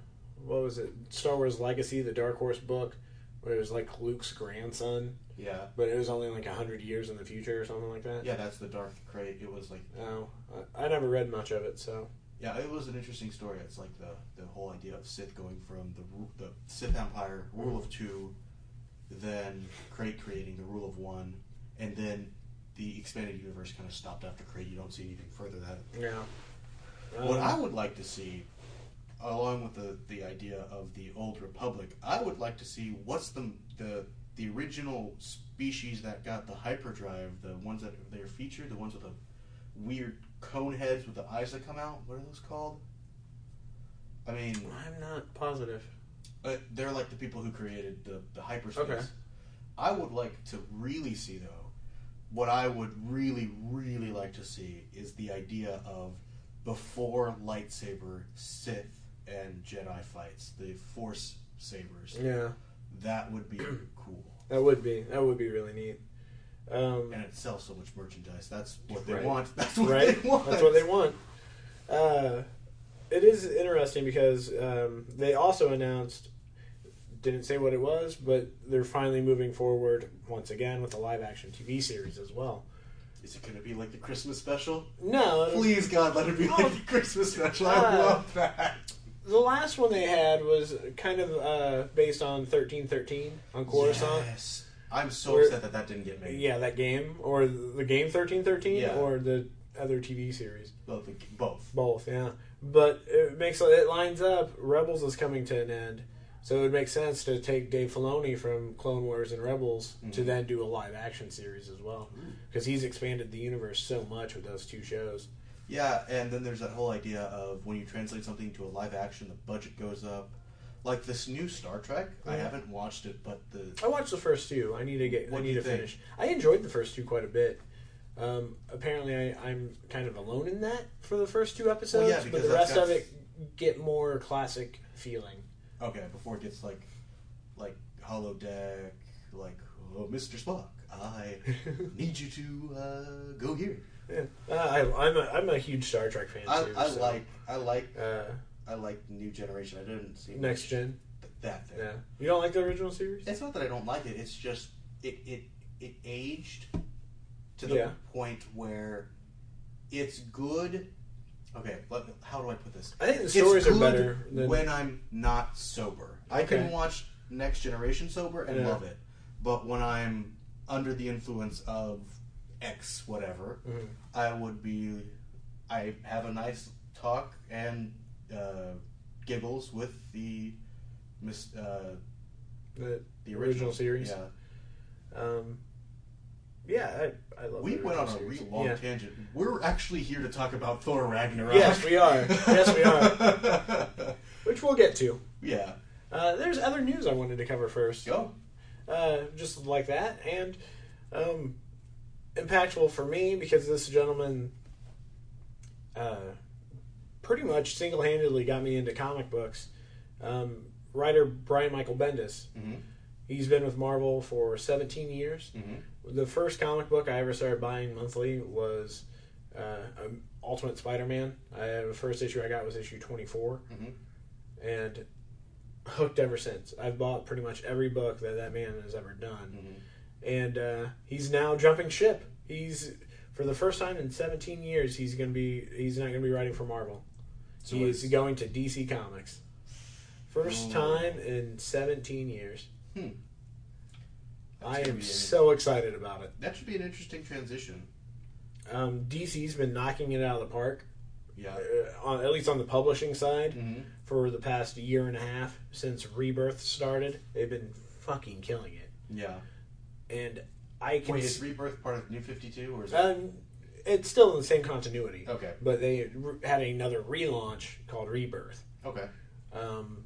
[SPEAKER 2] what was it? Star Wars Legacy, the Dark Horse book, where it was like Luke's grandson.
[SPEAKER 3] Yeah.
[SPEAKER 2] But it was only like a hundred years in the future or something like that.
[SPEAKER 3] Yeah, that's the Darth Crate. It was like
[SPEAKER 2] Oh, I, I never read much of it, so
[SPEAKER 3] Yeah, it was an interesting story. It's like the the whole idea of Sith going from the ru- the Sith Empire rule of two, then Krayt creating the rule of one, and then the expanded universe kind of stopped after Krayt. You don't see anything further than that.
[SPEAKER 2] yeah.
[SPEAKER 3] What
[SPEAKER 2] Um,
[SPEAKER 3] I would like to see, along with the the idea of the old Republic, I would like to see what's the the the original species that got the hyperdrive, the ones that they're featured, the ones with the weird cone heads with the eyes that come out. What are those called? I mean,
[SPEAKER 2] I'm not positive.
[SPEAKER 3] uh, they're like the people who created the, the hyperspace.
[SPEAKER 2] Okay.
[SPEAKER 3] I would like to really see, though, what I would really, really like to see is the idea of before lightsaber Sith and Jedi fights, the Force sabers.
[SPEAKER 2] Yeah,
[SPEAKER 3] That would be cool.
[SPEAKER 2] that would be that would be really neat. Um,
[SPEAKER 3] And it sells so much merchandise. That's what they
[SPEAKER 2] Right.
[SPEAKER 3] want. That's what
[SPEAKER 2] right?
[SPEAKER 3] they want.
[SPEAKER 2] That's what they want. Uh, it is interesting because um, they also announced didn't say what it was, but they're finally moving forward once again with a live action TV series as well.
[SPEAKER 3] Is it going to be like the Christmas special?
[SPEAKER 2] No,
[SPEAKER 3] Please, God, let it be
[SPEAKER 2] Oh,
[SPEAKER 3] like the Christmas special. I
[SPEAKER 2] Uh,
[SPEAKER 3] love that.
[SPEAKER 2] The last one they had was kind of uh, based on 1313 on Coruscant.
[SPEAKER 3] Yes. I'm so
[SPEAKER 2] We're-
[SPEAKER 3] upset that that didn't get
[SPEAKER 2] Yeah,
[SPEAKER 3] made.
[SPEAKER 2] that game. Or the game 1313
[SPEAKER 3] Yeah.
[SPEAKER 2] or the other TV series.
[SPEAKER 3] Well, the, both.
[SPEAKER 2] Both, yeah. But it makes it lines up. Rebels is coming to an end. So it would make sense to take Dave Filoni from Clone Wars and Rebels to
[SPEAKER 3] Mhm.
[SPEAKER 2] then do a live action series as well.
[SPEAKER 3] Mm-hmm.
[SPEAKER 2] Because he's expanded the universe so much with those two shows.
[SPEAKER 3] Yeah, and then there's that whole idea of when you translate something to a live action, the budget goes up. Like this new Star Trek, I
[SPEAKER 2] Mhm.
[SPEAKER 3] haven't watched it, but the
[SPEAKER 2] I watched the first two. I need to get.
[SPEAKER 3] What
[SPEAKER 2] I
[SPEAKER 3] do
[SPEAKER 2] need
[SPEAKER 3] you
[SPEAKER 2] to
[SPEAKER 3] think?
[SPEAKER 2] finish. I enjoyed the first two quite a bit. Um, apparently, I, I'm kind of alone in that for the first two episodes,
[SPEAKER 3] yeah,
[SPEAKER 2] but
[SPEAKER 3] because
[SPEAKER 2] the
[SPEAKER 3] that's
[SPEAKER 2] rest of
[SPEAKER 3] got-
[SPEAKER 2] it get more classic feeling.
[SPEAKER 3] okay before it gets like like holodeck, like oh, Mr. Spock, I need you to uh, go here.
[SPEAKER 2] Yeah. Uh, I, I'm a I'm a huge Star Trek fan
[SPEAKER 3] I,
[SPEAKER 2] too.
[SPEAKER 3] I
[SPEAKER 2] so,
[SPEAKER 3] like I like
[SPEAKER 2] uh,
[SPEAKER 3] I like New Generation. I didn't see
[SPEAKER 2] Next Gen.
[SPEAKER 3] th- that thing.
[SPEAKER 2] Yeah, you don't like the original series?
[SPEAKER 3] It's not that I don't like it. It's just it it it aged to the
[SPEAKER 2] Yeah.
[SPEAKER 3] point where it's good. Okay, let, how do I put this?
[SPEAKER 2] I think the
[SPEAKER 3] It's
[SPEAKER 2] stories are
[SPEAKER 3] good
[SPEAKER 2] better than
[SPEAKER 3] when I'm not sober. I can
[SPEAKER 2] Okay.
[SPEAKER 3] watch Next Generation sober and
[SPEAKER 2] Yeah.
[SPEAKER 3] love it, but when I'm under the influence of X whatever,
[SPEAKER 2] Mhm.
[SPEAKER 3] I would be. I have a nice talk and uh, giggles with the mis- uh,
[SPEAKER 2] the
[SPEAKER 3] the
[SPEAKER 2] Original
[SPEAKER 3] original
[SPEAKER 2] series?
[SPEAKER 3] Yeah.
[SPEAKER 2] um. Yeah, I, I love.
[SPEAKER 3] We
[SPEAKER 2] the
[SPEAKER 3] went on
[SPEAKER 2] original
[SPEAKER 3] a
[SPEAKER 2] series.
[SPEAKER 3] real long
[SPEAKER 2] Yeah.
[SPEAKER 3] tangent. We're actually here to talk about Thor Ragnarok.
[SPEAKER 2] Yes, we are. Yes, we
[SPEAKER 3] are.
[SPEAKER 2] which we'll get to.
[SPEAKER 3] yeah,
[SPEAKER 2] Uh, there's other news I wanted to cover first.
[SPEAKER 3] go.
[SPEAKER 2] uh, just like that, and um, impactful for me because this gentleman uh, pretty much single handedly got me into comic books. Um, writer Brian Michael Bendis.
[SPEAKER 3] Mhm.
[SPEAKER 2] He's been with Marvel for 17 years.
[SPEAKER 3] Mhm.
[SPEAKER 2] The first comic book I ever started buying monthly was uh, um, Ultimate Spider Man. The first issue I got was issue 24.
[SPEAKER 3] Mhm.
[SPEAKER 2] And hooked ever since. I've bought pretty much every book that that man has ever done
[SPEAKER 3] Mhm.
[SPEAKER 2] and uh, he's now jumping ship. He's for the first time in 17 years he's gonna be he's not gonna be writing for Marvel.
[SPEAKER 3] So
[SPEAKER 2] he is
[SPEAKER 3] it's- Oh.
[SPEAKER 2] going to DC Comics. First
[SPEAKER 3] Ooh.
[SPEAKER 2] time in 17 years.
[SPEAKER 3] Hmm.
[SPEAKER 2] I
[SPEAKER 3] That's gonna
[SPEAKER 2] am
[SPEAKER 3] be an-
[SPEAKER 2] so excited about it.
[SPEAKER 3] That should be an interesting transition.
[SPEAKER 2] Um, DC's been knocking it out of the park,
[SPEAKER 3] Yeah.
[SPEAKER 2] uh, on, at least on the publishing side,
[SPEAKER 3] Mm-hmm.
[SPEAKER 2] for the past year and a half since Rebirth started. They've been fucking killing it,
[SPEAKER 3] Yeah.
[SPEAKER 2] and I can.
[SPEAKER 3] Wait,
[SPEAKER 2] s-
[SPEAKER 3] is Rebirth part of New Fifty Two or is that?
[SPEAKER 2] um, it's still in the same continuity.
[SPEAKER 3] Okay.
[SPEAKER 2] but they had another relaunch called Rebirth.
[SPEAKER 3] Okay.
[SPEAKER 2] Um,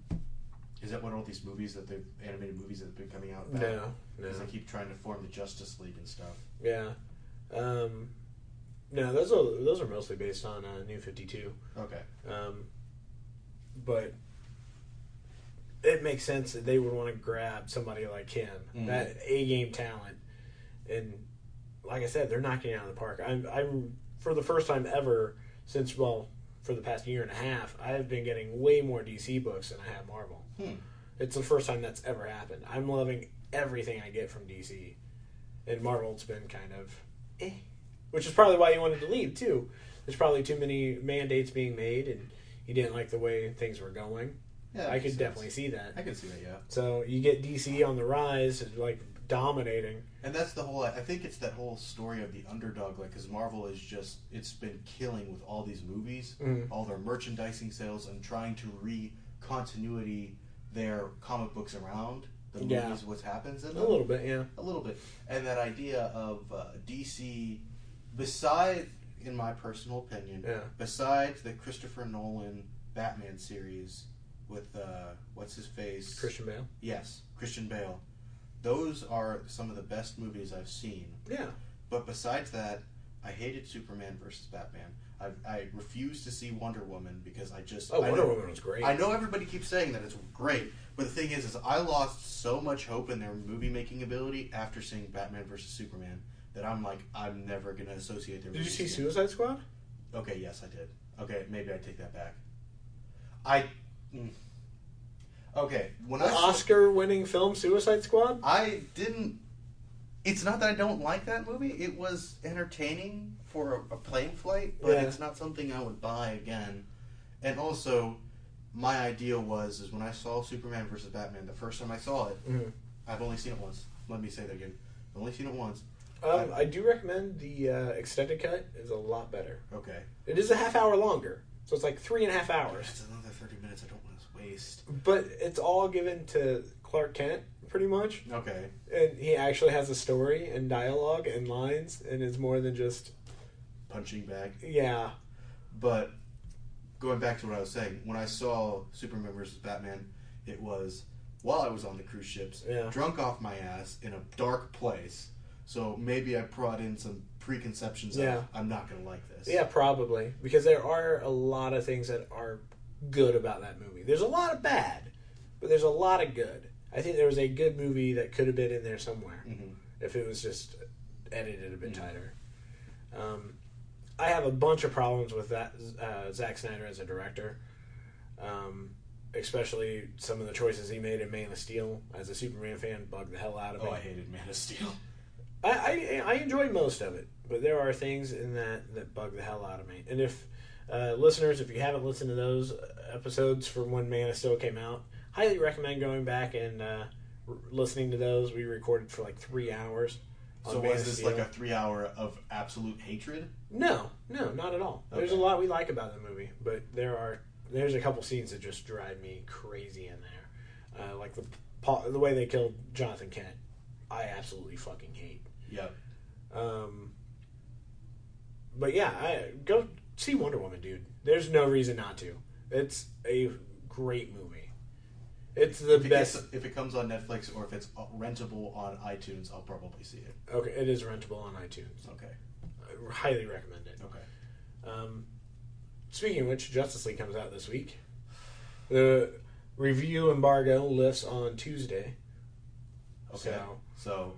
[SPEAKER 3] Is that one of all these movies that they've animated movies that have been coming out?
[SPEAKER 2] no,
[SPEAKER 3] back?
[SPEAKER 2] no,
[SPEAKER 3] Because they keep trying to form the Justice League and stuff.
[SPEAKER 2] yeah, um, no. Those are those are mostly based on uh, New Fifty Two,
[SPEAKER 3] Okay.
[SPEAKER 2] um, but it makes sense that they would want to grab somebody like him,
[SPEAKER 3] Mhm.
[SPEAKER 2] that A game talent, and like I said, they're knocking it out of the park. I'm, I'm for the first time ever since well, for the past year and a half, I've been getting way more DC books than I have Marvel.
[SPEAKER 3] Hmm.
[SPEAKER 2] It's the first time that's ever happened. I'm loving everything I get from DC, and Marvel's been kind of, eh. which is probably why you wanted to leave too. There's probably too many mandates being made, and you didn't like the way things were going.
[SPEAKER 3] Yeah. that
[SPEAKER 2] I
[SPEAKER 3] makes
[SPEAKER 2] could
[SPEAKER 3] sense.
[SPEAKER 2] definitely see that.
[SPEAKER 3] I could see that. Yeah.
[SPEAKER 2] So you get DC on the rise, and, like dominating.
[SPEAKER 3] And that's the whole. I think it's that whole story of the underdog. Like, because Marvel is just it's been killing with all these movies,
[SPEAKER 2] Mhm.
[SPEAKER 3] all their merchandising sales, and trying to re continuity their comic books around the movies.
[SPEAKER 2] Yeah.
[SPEAKER 3] What happens in
[SPEAKER 2] A
[SPEAKER 3] them.
[SPEAKER 2] little bit, yeah.
[SPEAKER 3] a little bit. And that idea of uh, DC, beside, in my personal opinion,
[SPEAKER 2] Yeah.
[SPEAKER 3] besides the Christopher Nolan Batman series with uh, what's his face,
[SPEAKER 2] Christian Bale.
[SPEAKER 3] yes, Christian Bale, those are some of the best movies I've seen.
[SPEAKER 2] Yeah.
[SPEAKER 3] But besides that, I hated Superman versus Batman. I, I refuse to see Wonder Woman because I just
[SPEAKER 2] Oh,
[SPEAKER 3] I
[SPEAKER 2] Wonder
[SPEAKER 3] don't-
[SPEAKER 2] Woman was great.
[SPEAKER 3] I know everybody keeps saying that it's great, but the thing is, is I lost so much hope in their movie making ability after seeing Batman versus Superman that I'm like, I'm never gonna associate their.
[SPEAKER 2] Did you
[SPEAKER 3] movies
[SPEAKER 2] see
[SPEAKER 3] again.
[SPEAKER 2] Suicide Squad?
[SPEAKER 3] Okay, yes, I did. Okay, maybe I take that back. I. mm. Okay, when
[SPEAKER 2] The
[SPEAKER 3] I saw-
[SPEAKER 2] Oscar-winning film Suicide Squad.
[SPEAKER 3] I didn't. It's not that I don't like that movie. It was entertaining for a, a plane flight, but
[SPEAKER 2] Yeah.
[SPEAKER 3] it's not something I would buy again. And also, my idea was is when I saw Superman versus Batman the first time I saw it.
[SPEAKER 2] Mhm.
[SPEAKER 3] I've only seen it once. Let me say that again. I've only seen it once.
[SPEAKER 2] Um, I do recommend the uh, extended cut. is a lot better.
[SPEAKER 3] Okay,
[SPEAKER 2] It is a half hour longer, so it's like three and a half hours.
[SPEAKER 3] it's another thirty minutes. I don't want to waste.
[SPEAKER 2] But it's all given to Clark Kent, pretty much,
[SPEAKER 3] Okay,
[SPEAKER 2] and he actually has a story and dialogue and lines, and it's more than just
[SPEAKER 3] punching bag.
[SPEAKER 2] yeah.
[SPEAKER 3] But going back to what I was saying, when I saw Superman versus Batman, it was while I was on the cruise ships,
[SPEAKER 2] Yeah.
[SPEAKER 3] drunk off my ass in a dark place. So maybe I brought in some preconceptions
[SPEAKER 2] Yeah.
[SPEAKER 3] of I'm not gonna like this.
[SPEAKER 2] Yeah, probably because there are a lot of things that are good about that movie. There's a lot of bad, but there's a lot of good. I think there was a good movie that could have been in there somewhere
[SPEAKER 3] Mhm.
[SPEAKER 2] if it was just edited a bit tighter. Um, I have a bunch of problems with that uh, Zack Snyder as a director, um, especially some of the choices he made in Man of Steel. As a Superman fan, bugged the hell out of me.
[SPEAKER 3] Oh, I hated Man of Steel.
[SPEAKER 2] I, I I enjoy most of it, but there are things in that that bug the hell out of me. And if uh, listeners, if you haven't listened to those episodes from when Man of Steel came out, highly recommend going back and uh, r listening to those. We recorded for like three hours. on
[SPEAKER 3] So
[SPEAKER 2] Man
[SPEAKER 3] was
[SPEAKER 2] of
[SPEAKER 3] this
[SPEAKER 2] Steel.
[SPEAKER 3] like a three hour of absolute hatred?
[SPEAKER 2] no, no, not at all. There's a
[SPEAKER 3] Okay.
[SPEAKER 2] lot we like about the movie, but there are there's a couple scenes that just drive me crazy in there, uh, like the pa- the way they killed Jonathan Kent. I absolutely fucking hate.
[SPEAKER 3] Yep.
[SPEAKER 2] Um, but yeah, I, go see Wonder Woman, dude. There's no reason not to. It's a great movie. It's the
[SPEAKER 3] if it
[SPEAKER 2] best.
[SPEAKER 3] Gets, if it comes on Netflix or if it's uh, rentable on iTunes, I'll probably see it.
[SPEAKER 2] okay, it is rentable on iTunes.
[SPEAKER 3] Okay.
[SPEAKER 2] I highly recommend it.
[SPEAKER 3] Okay.
[SPEAKER 2] Um, Speaking of which, Justice League comes out this week. The review embargo lifts on Tuesday.
[SPEAKER 3] Okay.
[SPEAKER 2] So
[SPEAKER 3] So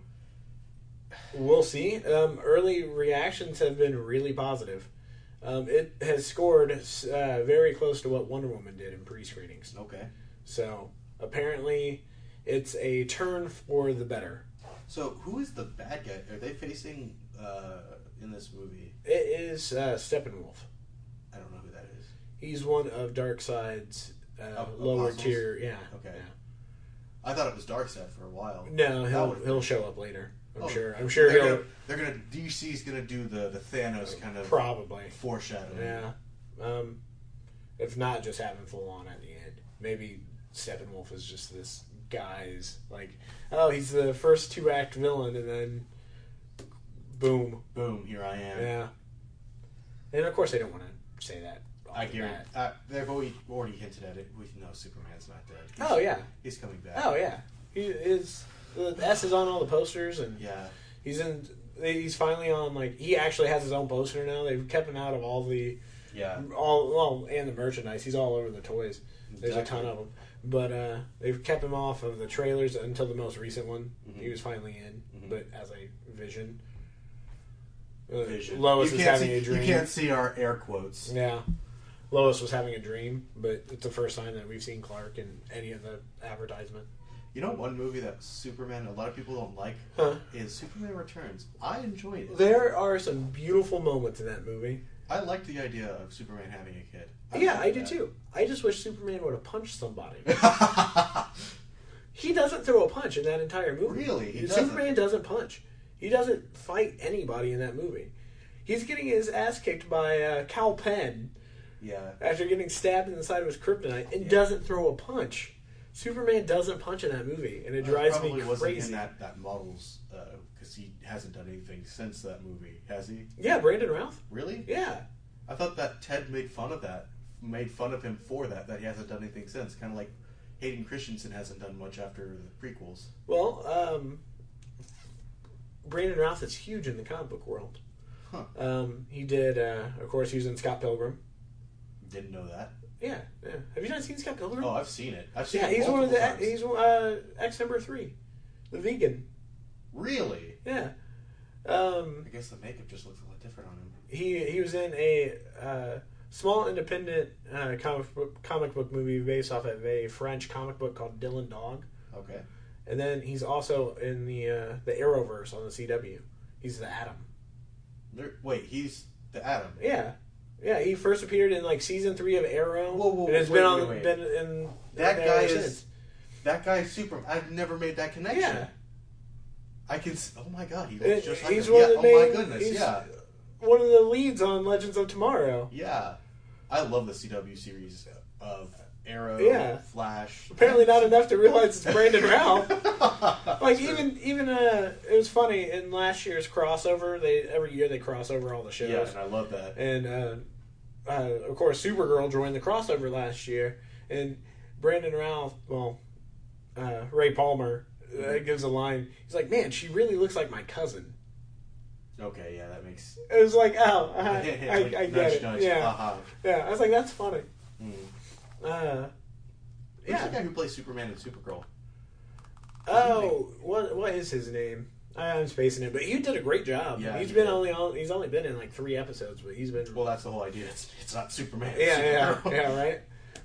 [SPEAKER 2] we'll see. Um, early reactions have been really positive. Um, it has scored uh, very close to what Wonder Woman did in pre screenings.
[SPEAKER 3] okay.
[SPEAKER 2] So apparently, it's a turn for the better.
[SPEAKER 3] So who is the bad guy? Are they facing uh, in this movie?
[SPEAKER 2] It is uh, Steppenwolf.
[SPEAKER 3] I don't know who that is.
[SPEAKER 2] He's one of Darkseid's uh,
[SPEAKER 3] Of-
[SPEAKER 2] lower
[SPEAKER 3] apostles?
[SPEAKER 2] tier. Yeah.
[SPEAKER 3] Okay.
[SPEAKER 2] Yeah.
[SPEAKER 3] I thought it was Darkseid for a while.
[SPEAKER 2] No, he'll
[SPEAKER 3] would've-
[SPEAKER 2] he'll show up later. I'm
[SPEAKER 3] Oh,
[SPEAKER 2] sure. I'm sure
[SPEAKER 3] They're
[SPEAKER 2] he'll
[SPEAKER 3] gonna, they're gonna DC's gonna do the the Thanos kind of
[SPEAKER 2] probably.
[SPEAKER 3] foreshadowing.
[SPEAKER 2] Yeah. Um, if not, just having full on at the end. Maybe Steppenwolf is just this guy's like, oh, he's the first two act villain, and then boom,
[SPEAKER 3] Boom! Here I am.
[SPEAKER 2] yeah. And of course, they don't want to say that. off
[SPEAKER 3] I
[SPEAKER 2] the
[SPEAKER 3] guarantee.
[SPEAKER 2] bat.
[SPEAKER 3] Uh, they've already, already hinted at it. We know Superman's not dead. He's-
[SPEAKER 2] Oh yeah.
[SPEAKER 3] he's coming back.
[SPEAKER 2] Oh yeah. He is. The S is on all the posters, and
[SPEAKER 3] yeah.
[SPEAKER 2] he's in. He's finally on. Like he actually has his own poster now. They've kept him out of all the
[SPEAKER 3] Yeah.
[SPEAKER 2] all well, and the merchandise. He's all over the toys. There's a ton
[SPEAKER 3] Exactly.
[SPEAKER 2] of them, but uh, they've kept him off of the trailers until the most recent one.
[SPEAKER 3] Mhm.
[SPEAKER 2] He was finally in,
[SPEAKER 3] Mhm.
[SPEAKER 2] but as a vision, Uh,
[SPEAKER 3] Vision.
[SPEAKER 2] Lois
[SPEAKER 3] You
[SPEAKER 2] is
[SPEAKER 3] can't
[SPEAKER 2] having
[SPEAKER 3] see-
[SPEAKER 2] a dream.
[SPEAKER 3] You can't see our air quotes.
[SPEAKER 2] Yeah, Lois was having a dream, but it's the first time that we've seen Clark in any of the advertisement.
[SPEAKER 3] You know, one movie that Superman a lot of people don't like
[SPEAKER 2] Huh.
[SPEAKER 3] is Superman Returns. I enjoyed it.
[SPEAKER 2] There are some beautiful moments in that movie.
[SPEAKER 3] I liked the idea of Superman having a kid.
[SPEAKER 2] yeah, I
[SPEAKER 3] enjoyed
[SPEAKER 2] do too. I just wish Superman would have punched somebody.
[SPEAKER 3] that.
[SPEAKER 2] He doesn't throw a punch in that entire movie.
[SPEAKER 3] Really? He doesn't?
[SPEAKER 2] Superman doesn't punch. He doesn't fight anybody in that movie. He's getting his ass kicked by uh, Cal Penn
[SPEAKER 3] yeah.
[SPEAKER 2] after getting stabbed in the side of his kryptonite and
[SPEAKER 3] Yeah.
[SPEAKER 2] doesn't throw a punch. Superman doesn't punch in that movie, and it
[SPEAKER 3] It
[SPEAKER 2] drives me
[SPEAKER 3] probably wasn't in
[SPEAKER 2] crazy.
[SPEAKER 3] that, that model's, because he hasn't done anything since that movie, has he?
[SPEAKER 2] Yeah, Brandon Routh.
[SPEAKER 3] Really?
[SPEAKER 2] Yeah,
[SPEAKER 3] I thought that Ted made fun of that, made fun of him for that, that he hasn't done anything since. Kind of like Hayden Christensen hasn't done much after the prequels.
[SPEAKER 2] Well, um, Brandon Routh is huge in the comic book world.
[SPEAKER 3] Huh.
[SPEAKER 2] Um, he did, uh, of course, he was in Scott Pilgrim.
[SPEAKER 3] Didn't know that.
[SPEAKER 2] Yeah, yeah. Have you not seen Scott Pilgrim?
[SPEAKER 3] Oh, I've seen it. I've seen
[SPEAKER 2] Mm-hmm. Yeah,
[SPEAKER 3] it.
[SPEAKER 2] he's one of the
[SPEAKER 3] multiple times.
[SPEAKER 2] he's uh, X number three, the vegan.
[SPEAKER 3] Really?
[SPEAKER 2] Yeah, um,
[SPEAKER 3] I guess the makeup just looks a lot different on him.
[SPEAKER 2] he he was in a uh, small independent uh, comic book, comic book movie based off of a French comic book called Dylan Dog,
[SPEAKER 3] Okay.
[SPEAKER 2] and then he's also in the uh, the Arrowverse on the CW. He's the Atom.
[SPEAKER 3] There, wait, he's the Atom.
[SPEAKER 2] Yeah. Yeah, he first appeared in like season three of Arrow,
[SPEAKER 3] Whoa, whoa,
[SPEAKER 2] and has
[SPEAKER 3] wait,
[SPEAKER 2] been
[SPEAKER 3] wait,
[SPEAKER 2] on
[SPEAKER 3] wait.
[SPEAKER 2] been in
[SPEAKER 3] That
[SPEAKER 2] been
[SPEAKER 3] guy
[SPEAKER 2] ever
[SPEAKER 3] is-
[SPEAKER 2] since.
[SPEAKER 3] That guy's super. I've never made that connection.
[SPEAKER 2] Yeah.
[SPEAKER 3] I can. s- Oh my god, he
[SPEAKER 2] It-
[SPEAKER 3] looks just like
[SPEAKER 2] he's
[SPEAKER 3] him.
[SPEAKER 2] one
[SPEAKER 3] yeah,
[SPEAKER 2] of the
[SPEAKER 3] oh
[SPEAKER 2] main-
[SPEAKER 3] my goodness,
[SPEAKER 2] he's-
[SPEAKER 3] yeah,
[SPEAKER 2] one of the leads on Legends of Tomorrow.
[SPEAKER 3] yeah. I love the CW series of Arrow,
[SPEAKER 2] Yeah.
[SPEAKER 3] Flash.
[SPEAKER 2] Apparently, not enough to realize it's Brandon Ralph.
[SPEAKER 3] Ralph.
[SPEAKER 2] like even even uh it was funny in last year's crossover they every year they cross over all the shows
[SPEAKER 3] Yeah, and I love that.
[SPEAKER 2] and uh, uh of course supergirl joined the crossover last year and brandon ralph well uh ray palmer uh,
[SPEAKER 3] Mm-hmm.
[SPEAKER 2] gives a line he's like man she really looks like my cousin
[SPEAKER 3] Okay, yeah, that makes.
[SPEAKER 2] it was like oh i, I, I get
[SPEAKER 3] nudge,
[SPEAKER 2] it
[SPEAKER 3] nudge. Uh-huh.
[SPEAKER 2] yeah
[SPEAKER 3] haha.
[SPEAKER 2] yeah i was like that's funny
[SPEAKER 3] Mm.
[SPEAKER 2] uh
[SPEAKER 3] Who's the
[SPEAKER 2] yeah
[SPEAKER 3] guy who plays Superman and Supergirl?
[SPEAKER 2] oh what what is his name I'm spacing it, but you did a great job.
[SPEAKER 3] Yeah,
[SPEAKER 2] he's
[SPEAKER 3] he
[SPEAKER 2] been
[SPEAKER 3] did.
[SPEAKER 2] only on, he's only been in like three episodes, but he's been
[SPEAKER 3] Well, that's the whole idea. It's, it's not Superman. it's
[SPEAKER 2] Yeah, yeah,
[SPEAKER 3] Supergirl.
[SPEAKER 2] yeah, right.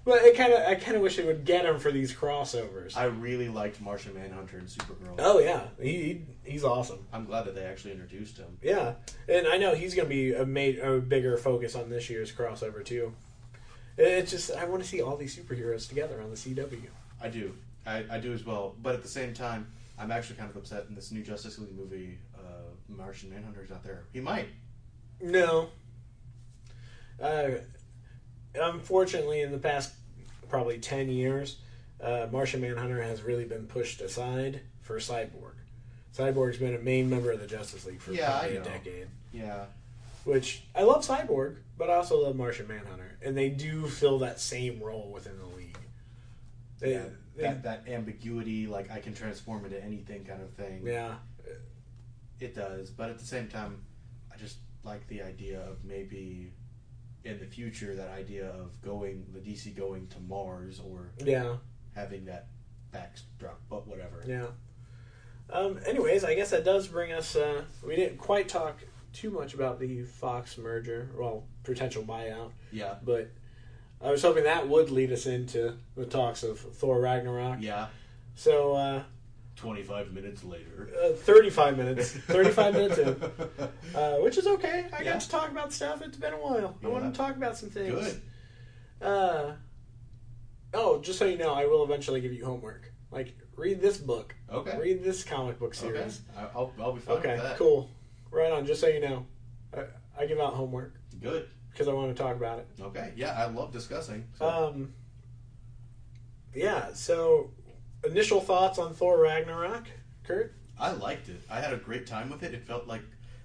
[SPEAKER 2] But I kind of, I kind of wish they would get him for these crossovers.
[SPEAKER 3] I really liked Martian Manhunter and Supergirl.
[SPEAKER 2] oh yeah, he, he he's awesome.
[SPEAKER 3] I'm glad that they actually introduced him.
[SPEAKER 2] Yeah, and I know he's going to be a made a bigger focus on this year's crossover too. It- It's just I want to see all these superheroes together on the CW.
[SPEAKER 3] I do. I, I do as well. But at the same time, I'm actually kind of upset in this new Justice League movie. Uh, Martian Manhunter's not there. He might.
[SPEAKER 2] No. Uh, unfortunately, in the past probably 10 years, uh, Martian Manhunter has really been pushed aside for Cyborg. Cyborg's been a main member of the Justice League for
[SPEAKER 3] Yeah,
[SPEAKER 2] probably
[SPEAKER 3] I know.
[SPEAKER 2] a decade.
[SPEAKER 3] Yeah.
[SPEAKER 2] Which I love Cyborg, but I also love Martian Manhunter. And they do fill that same role within the league. They,
[SPEAKER 3] yeah.
[SPEAKER 2] they-
[SPEAKER 3] That, that ambiguity, like I can transform into anything kind of thing.
[SPEAKER 2] yeah.
[SPEAKER 3] It does. But at the same time, I just like the idea of maybe in the future that idea of going the DC going to Mars or
[SPEAKER 2] Yeah.
[SPEAKER 3] having that backdrop, but whatever.
[SPEAKER 2] Yeah. Um, anyways, I guess that does bring us. Uh, we didn't quite talk too much about the Fox merger, well, potential buyout,
[SPEAKER 3] Yeah,
[SPEAKER 2] but I was hoping that would lead us into the talks of Thor Ragnarok.
[SPEAKER 3] yeah.
[SPEAKER 2] So, uh,
[SPEAKER 3] Twenty five minutes later.
[SPEAKER 2] uh, 35 minutes. 35 minutes in. Uh, which is okay. I
[SPEAKER 3] Yeah.
[SPEAKER 2] got to talk about stuff. It's been a while. I
[SPEAKER 3] Yeah.
[SPEAKER 2] wanted to talk about some things.
[SPEAKER 3] Good.
[SPEAKER 2] Uh, oh, just so you know, I will eventually give you homework. Like, read this book.
[SPEAKER 3] Okay.
[SPEAKER 2] Read this comic book series.
[SPEAKER 3] Okay. I- I'll, I'll be fine
[SPEAKER 2] Okay,
[SPEAKER 3] with that.
[SPEAKER 2] cool. Right on. Just so you know, I, I give out homework
[SPEAKER 3] Good.
[SPEAKER 2] because I want to talk about it.
[SPEAKER 3] Okay. Yeah, I love discussing. So.
[SPEAKER 2] Um, yeah. So, initial thoughts on Thor Ragnarok, Kurt?
[SPEAKER 3] I liked it. I had a great time with it. It felt like,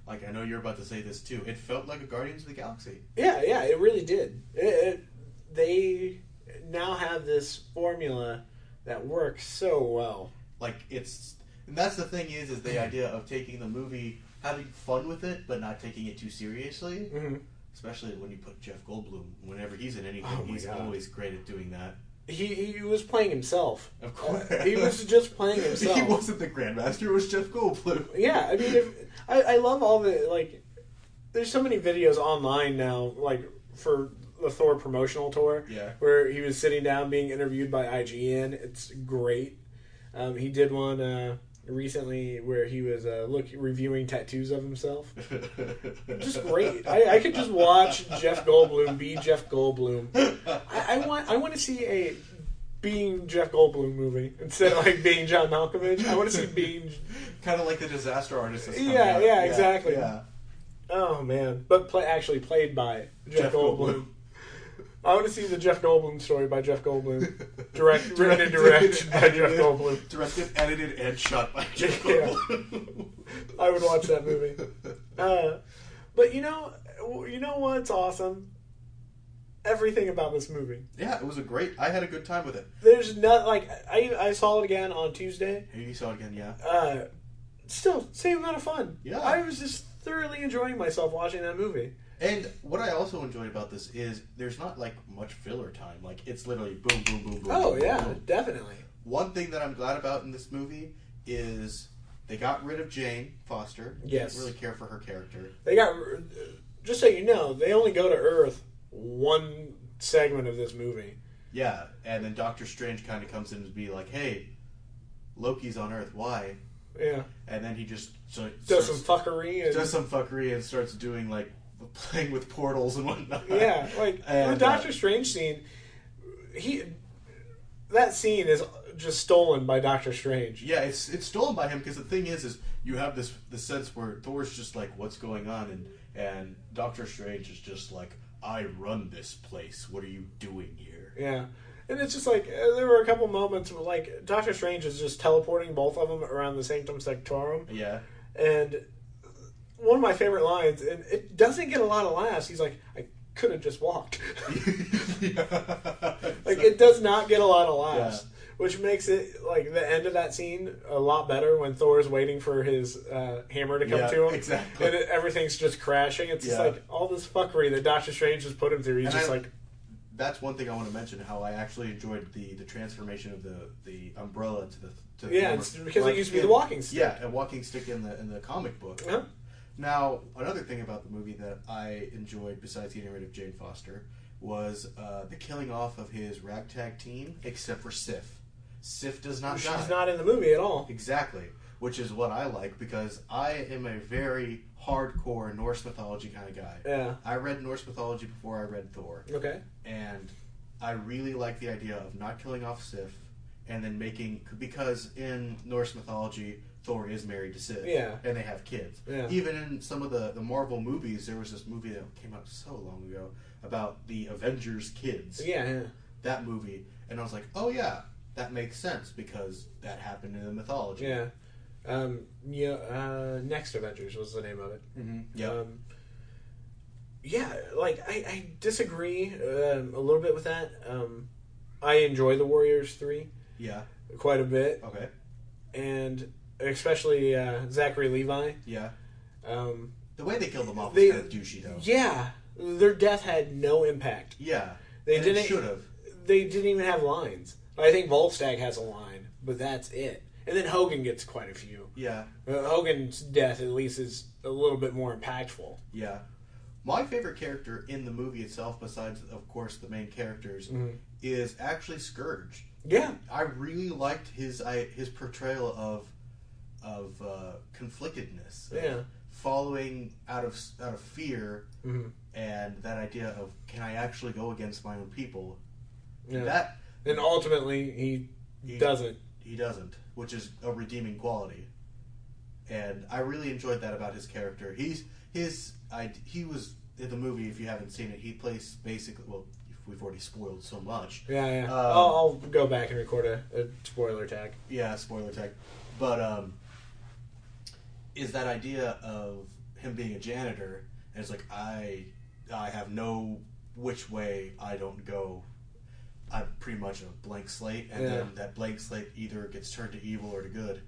[SPEAKER 3] like I know you're about to say this too. It felt like a Guardians of the Galaxy.
[SPEAKER 2] Yeah, yeah. It really did. It, it, they now have this formula that works so well.
[SPEAKER 3] Like it's, and that's the thing is, is
[SPEAKER 2] Mm-hmm.
[SPEAKER 3] the idea of taking the movie, having fun with it, but not taking it too seriously.
[SPEAKER 2] Mm-hmm.
[SPEAKER 3] Especially when you put Jeff Goldblum. Whenever he's in anything,
[SPEAKER 2] Oh my
[SPEAKER 3] he's
[SPEAKER 2] God.
[SPEAKER 3] always great at doing that.
[SPEAKER 2] He he was playing himself.
[SPEAKER 3] Of course,
[SPEAKER 2] Oh, he was just playing himself.
[SPEAKER 3] he wasn't the Grandmaster. It was Jeff Goldblum.
[SPEAKER 2] Yeah, I mean, if, I, I love all the like. There's so many videos online now, like for the Thor promotional tour,
[SPEAKER 3] Yeah.
[SPEAKER 2] where he was sitting down being interviewed by IGN. It's great. Um, he did one uh, recently where he was uh, look reviewing tattoos of himself. Just great. I, I could just watch Jeff Goldblum be Jeff Goldblum. I, I want I want to see a being Jeff Goldblum movie instead of like being John Malkovich. I want to see being
[SPEAKER 3] kind of like the disaster artist. that's coming
[SPEAKER 2] Yeah,
[SPEAKER 3] out.
[SPEAKER 2] yeah, exactly.
[SPEAKER 3] Yeah.
[SPEAKER 2] Oh man, but play, actually played by Jeff,
[SPEAKER 3] Jeff
[SPEAKER 2] Goldblum.
[SPEAKER 3] Goldblum.
[SPEAKER 2] I want to see the Jeff Goldblum story by Jeff Goldblum, direct, written and directed by Jeff
[SPEAKER 3] edited-
[SPEAKER 2] Goldblum.
[SPEAKER 3] Directed, edited, and shot by Jeff
[SPEAKER 2] Yeah.
[SPEAKER 3] Goldblum.
[SPEAKER 2] I would watch that movie. Uh, but you know, you know what's awesome? Everything about this movie.
[SPEAKER 3] yeah, it was a great. I had a good time with it.
[SPEAKER 2] There's not like I I saw it again on Tuesday.
[SPEAKER 3] Hey, you saw it again, yeah.
[SPEAKER 2] Uh, still same amount of fun.
[SPEAKER 3] Yeah.
[SPEAKER 2] I was just thoroughly enjoying myself watching that movie.
[SPEAKER 3] And what I also enjoyed about this is there's not like much filler time. Like it's literally boom, boom, boom, boom.
[SPEAKER 2] Oh
[SPEAKER 3] boom,
[SPEAKER 2] yeah,
[SPEAKER 3] boom.
[SPEAKER 2] definitely.
[SPEAKER 3] One thing that I'm glad about in this movie is they got rid of Jane Foster.
[SPEAKER 2] Yes.
[SPEAKER 3] Didn't really care for her character.
[SPEAKER 2] They got just so you know, they only go to Earth one segment of this movie.
[SPEAKER 3] Yeah, and then Doctor Strange kind of comes in to be like, "Hey, Loki's on Earth. Why?"
[SPEAKER 2] Yeah,
[SPEAKER 3] And then he just so,
[SPEAKER 2] does
[SPEAKER 3] starts-
[SPEAKER 2] some fuckery and
[SPEAKER 3] does some fuckery and starts doing like playing with portals and whatnot.
[SPEAKER 2] yeah, like
[SPEAKER 3] And,
[SPEAKER 2] the Doctor Strange scene. He that scene is just stolen by Doctor Strange.
[SPEAKER 3] Yeah, it's it's stolen by him because the thing is, is you have this this sense where Thor's just like, "What's going on?" and and Doctor Strange is just like, "I run this place. What are you doing here?"
[SPEAKER 2] Yeah. And it's just like uh, there were a couple moments where like Doctor Strange is just teleporting both of them around the Sanctum Sanctorum,
[SPEAKER 3] Yeah,
[SPEAKER 2] and one of my favorite lines, and it doesn't get a lot of laughs. He's like, "I could have just walked." Like it does not get a lot of laughs, which makes it like the end of that scene a lot better when Thor's waiting for his uh, hammer to come
[SPEAKER 3] Yeah,
[SPEAKER 2] to him,
[SPEAKER 3] exactly.
[SPEAKER 2] and it, everything's just crashing. It's just
[SPEAKER 3] Yeah.
[SPEAKER 2] like all this fuckery that Doctor Strange has put him through. He's
[SPEAKER 3] And
[SPEAKER 2] just
[SPEAKER 3] I-
[SPEAKER 2] like,
[SPEAKER 3] That's one thing I want to mention. How I actually enjoyed the the transformation of the the umbrella to the to the
[SPEAKER 2] yeah,
[SPEAKER 3] hammer.
[SPEAKER 2] it's because
[SPEAKER 3] Like,
[SPEAKER 2] it used to be the
[SPEAKER 3] in-
[SPEAKER 2] walking stick.
[SPEAKER 3] Yeah, a walking stick in the in the comic book.
[SPEAKER 2] Uh-huh.
[SPEAKER 3] Now, another thing about the movie that I enjoyed, besides getting rid of Jane Foster, was uh, the killing off of his ragtag team, except for Sif. Sif does not die.
[SPEAKER 2] she's not in the movie at all.
[SPEAKER 3] Exactly, which is what I like because I am a very hardcore Norse mythology kind of guy.
[SPEAKER 2] Yeah.
[SPEAKER 3] I read Norse mythology before I read Thor,
[SPEAKER 2] Okay.
[SPEAKER 3] and I really like the idea of not killing off Sif and then making because in Norse mythology Thor is married to Sif.
[SPEAKER 2] Yeah.
[SPEAKER 3] And they have kids.
[SPEAKER 2] Yeah.
[SPEAKER 3] Even in some of the, the Marvel movies, there was this movie that came out so long ago about the Avengers kids.
[SPEAKER 2] Yeah. yeah.
[SPEAKER 3] That movie. And I was like, Oh yeah, that makes sense because that happened in the mythology.
[SPEAKER 2] Yeah. Um, yeah uh, Next Avengers was the name of it.
[SPEAKER 3] Mm-hmm. Yeah.
[SPEAKER 2] Um, yeah, like I, I disagree um, a little bit with that. Um, I enjoy the Warriors three
[SPEAKER 3] yeah.
[SPEAKER 2] quite a bit,
[SPEAKER 3] Okay.
[SPEAKER 2] and especially uh, Zachary Levi.
[SPEAKER 3] Yeah.
[SPEAKER 2] Um,
[SPEAKER 3] The way they killed them off
[SPEAKER 2] They-
[SPEAKER 3] was kind of douchey though.
[SPEAKER 2] yeah, Their death had no impact.
[SPEAKER 3] Yeah,
[SPEAKER 2] They
[SPEAKER 3] and
[SPEAKER 2] didn't.
[SPEAKER 3] it should have.
[SPEAKER 2] They didn't even have lines. I think Volstagg has a line, but that's it. And then Hogan gets quite a few.
[SPEAKER 3] Yeah,
[SPEAKER 2] Uh, Hogan's death, at least, is a little bit more impactful.
[SPEAKER 3] yeah. My favorite character in the movie itself, besides of course the main characters, is actually Scourge.
[SPEAKER 2] Yeah,
[SPEAKER 3] I really liked his I, his portrayal of of uh, conflictedness. of
[SPEAKER 2] Yeah.
[SPEAKER 3] following out of s- out of fear
[SPEAKER 2] Mhm.
[SPEAKER 3] and that idea of can I actually go against my own people?
[SPEAKER 2] yeah.
[SPEAKER 3] That
[SPEAKER 2] and ultimately, he,
[SPEAKER 3] He-
[SPEAKER 2] doesn't.
[SPEAKER 3] he doesn't, which is a redeeming quality. And I really enjoyed that about his character. He's his I he was in the movie. If you haven't seen it, he plays basically well. We've already spoiled so much.
[SPEAKER 2] Yeah, yeah.
[SPEAKER 3] Um,
[SPEAKER 2] I'll, I'll go back and record a, a spoiler tag.
[SPEAKER 3] yeah, spoiler tech. But um, is that idea of him being a janitor? And it's like I, I have no which way I don't go. I'm pretty much a blank slate, and then
[SPEAKER 2] Yeah.
[SPEAKER 3] that blank slate either gets turned to evil or to good.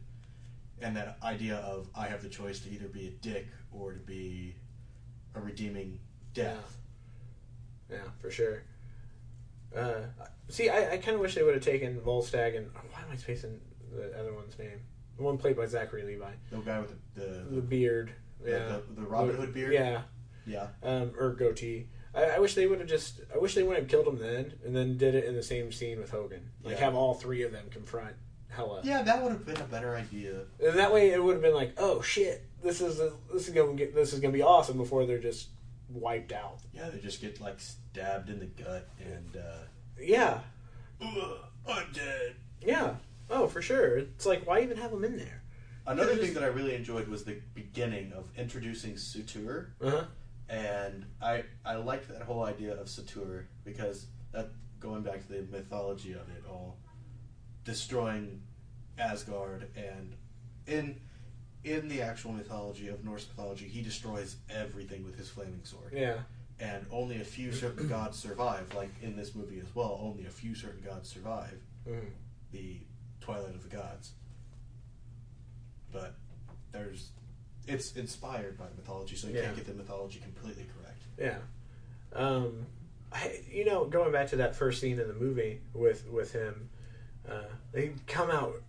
[SPEAKER 3] And that idea of I have the choice to either be a dick or to be a redeeming death.
[SPEAKER 2] Yeah, for sure. Uh, see, I, I kind of wish they would have taken Volstagg and why am I spacing the other one's name? The one played by Zachary Levi,
[SPEAKER 3] The guy with the the,
[SPEAKER 2] the beard.
[SPEAKER 3] the,
[SPEAKER 2] Yeah,
[SPEAKER 3] the, the Robin Hood beard.
[SPEAKER 2] Yeah,
[SPEAKER 3] yeah,
[SPEAKER 2] um, or goatee. I, I wish they would have just. I wish they would have killed him then, and then did it in the same scene with Hogan. Like
[SPEAKER 3] Yeah.
[SPEAKER 2] have all three of them confront Hella,
[SPEAKER 3] yeah. That would have been a better idea.
[SPEAKER 2] and that way it would have been like, oh shit, this is a, this is gonna get, this is gonna be awesome before they're just wiped out.
[SPEAKER 3] Yeah, they just get like stabbed in the gut and uh,
[SPEAKER 2] Yeah,
[SPEAKER 3] I'm dead.
[SPEAKER 2] yeah. Oh, for sure. It's like why even have them in there?
[SPEAKER 3] Another
[SPEAKER 2] Just-
[SPEAKER 3] thing that I really enjoyed was the beginning of introducing Suture,
[SPEAKER 2] Uh huh.
[SPEAKER 3] and I I liked that whole idea of Suture because that going back to the mythology of it all, destroying Asgard and in in the actual mythology of Norse mythology, he destroys everything with his flaming sword.
[SPEAKER 2] Yeah.
[SPEAKER 3] and only a few certain gods survive. Like in this movie as well, only a few certain gods survive.
[SPEAKER 2] Mhm.
[SPEAKER 3] The Twilight of the Gods. But there's, it's inspired by mythology, so you
[SPEAKER 2] Yeah.
[SPEAKER 3] can't get the mythology completely correct.
[SPEAKER 2] Yeah. Um, I, you know, going back to that first scene in the movie with with him, uh, they come out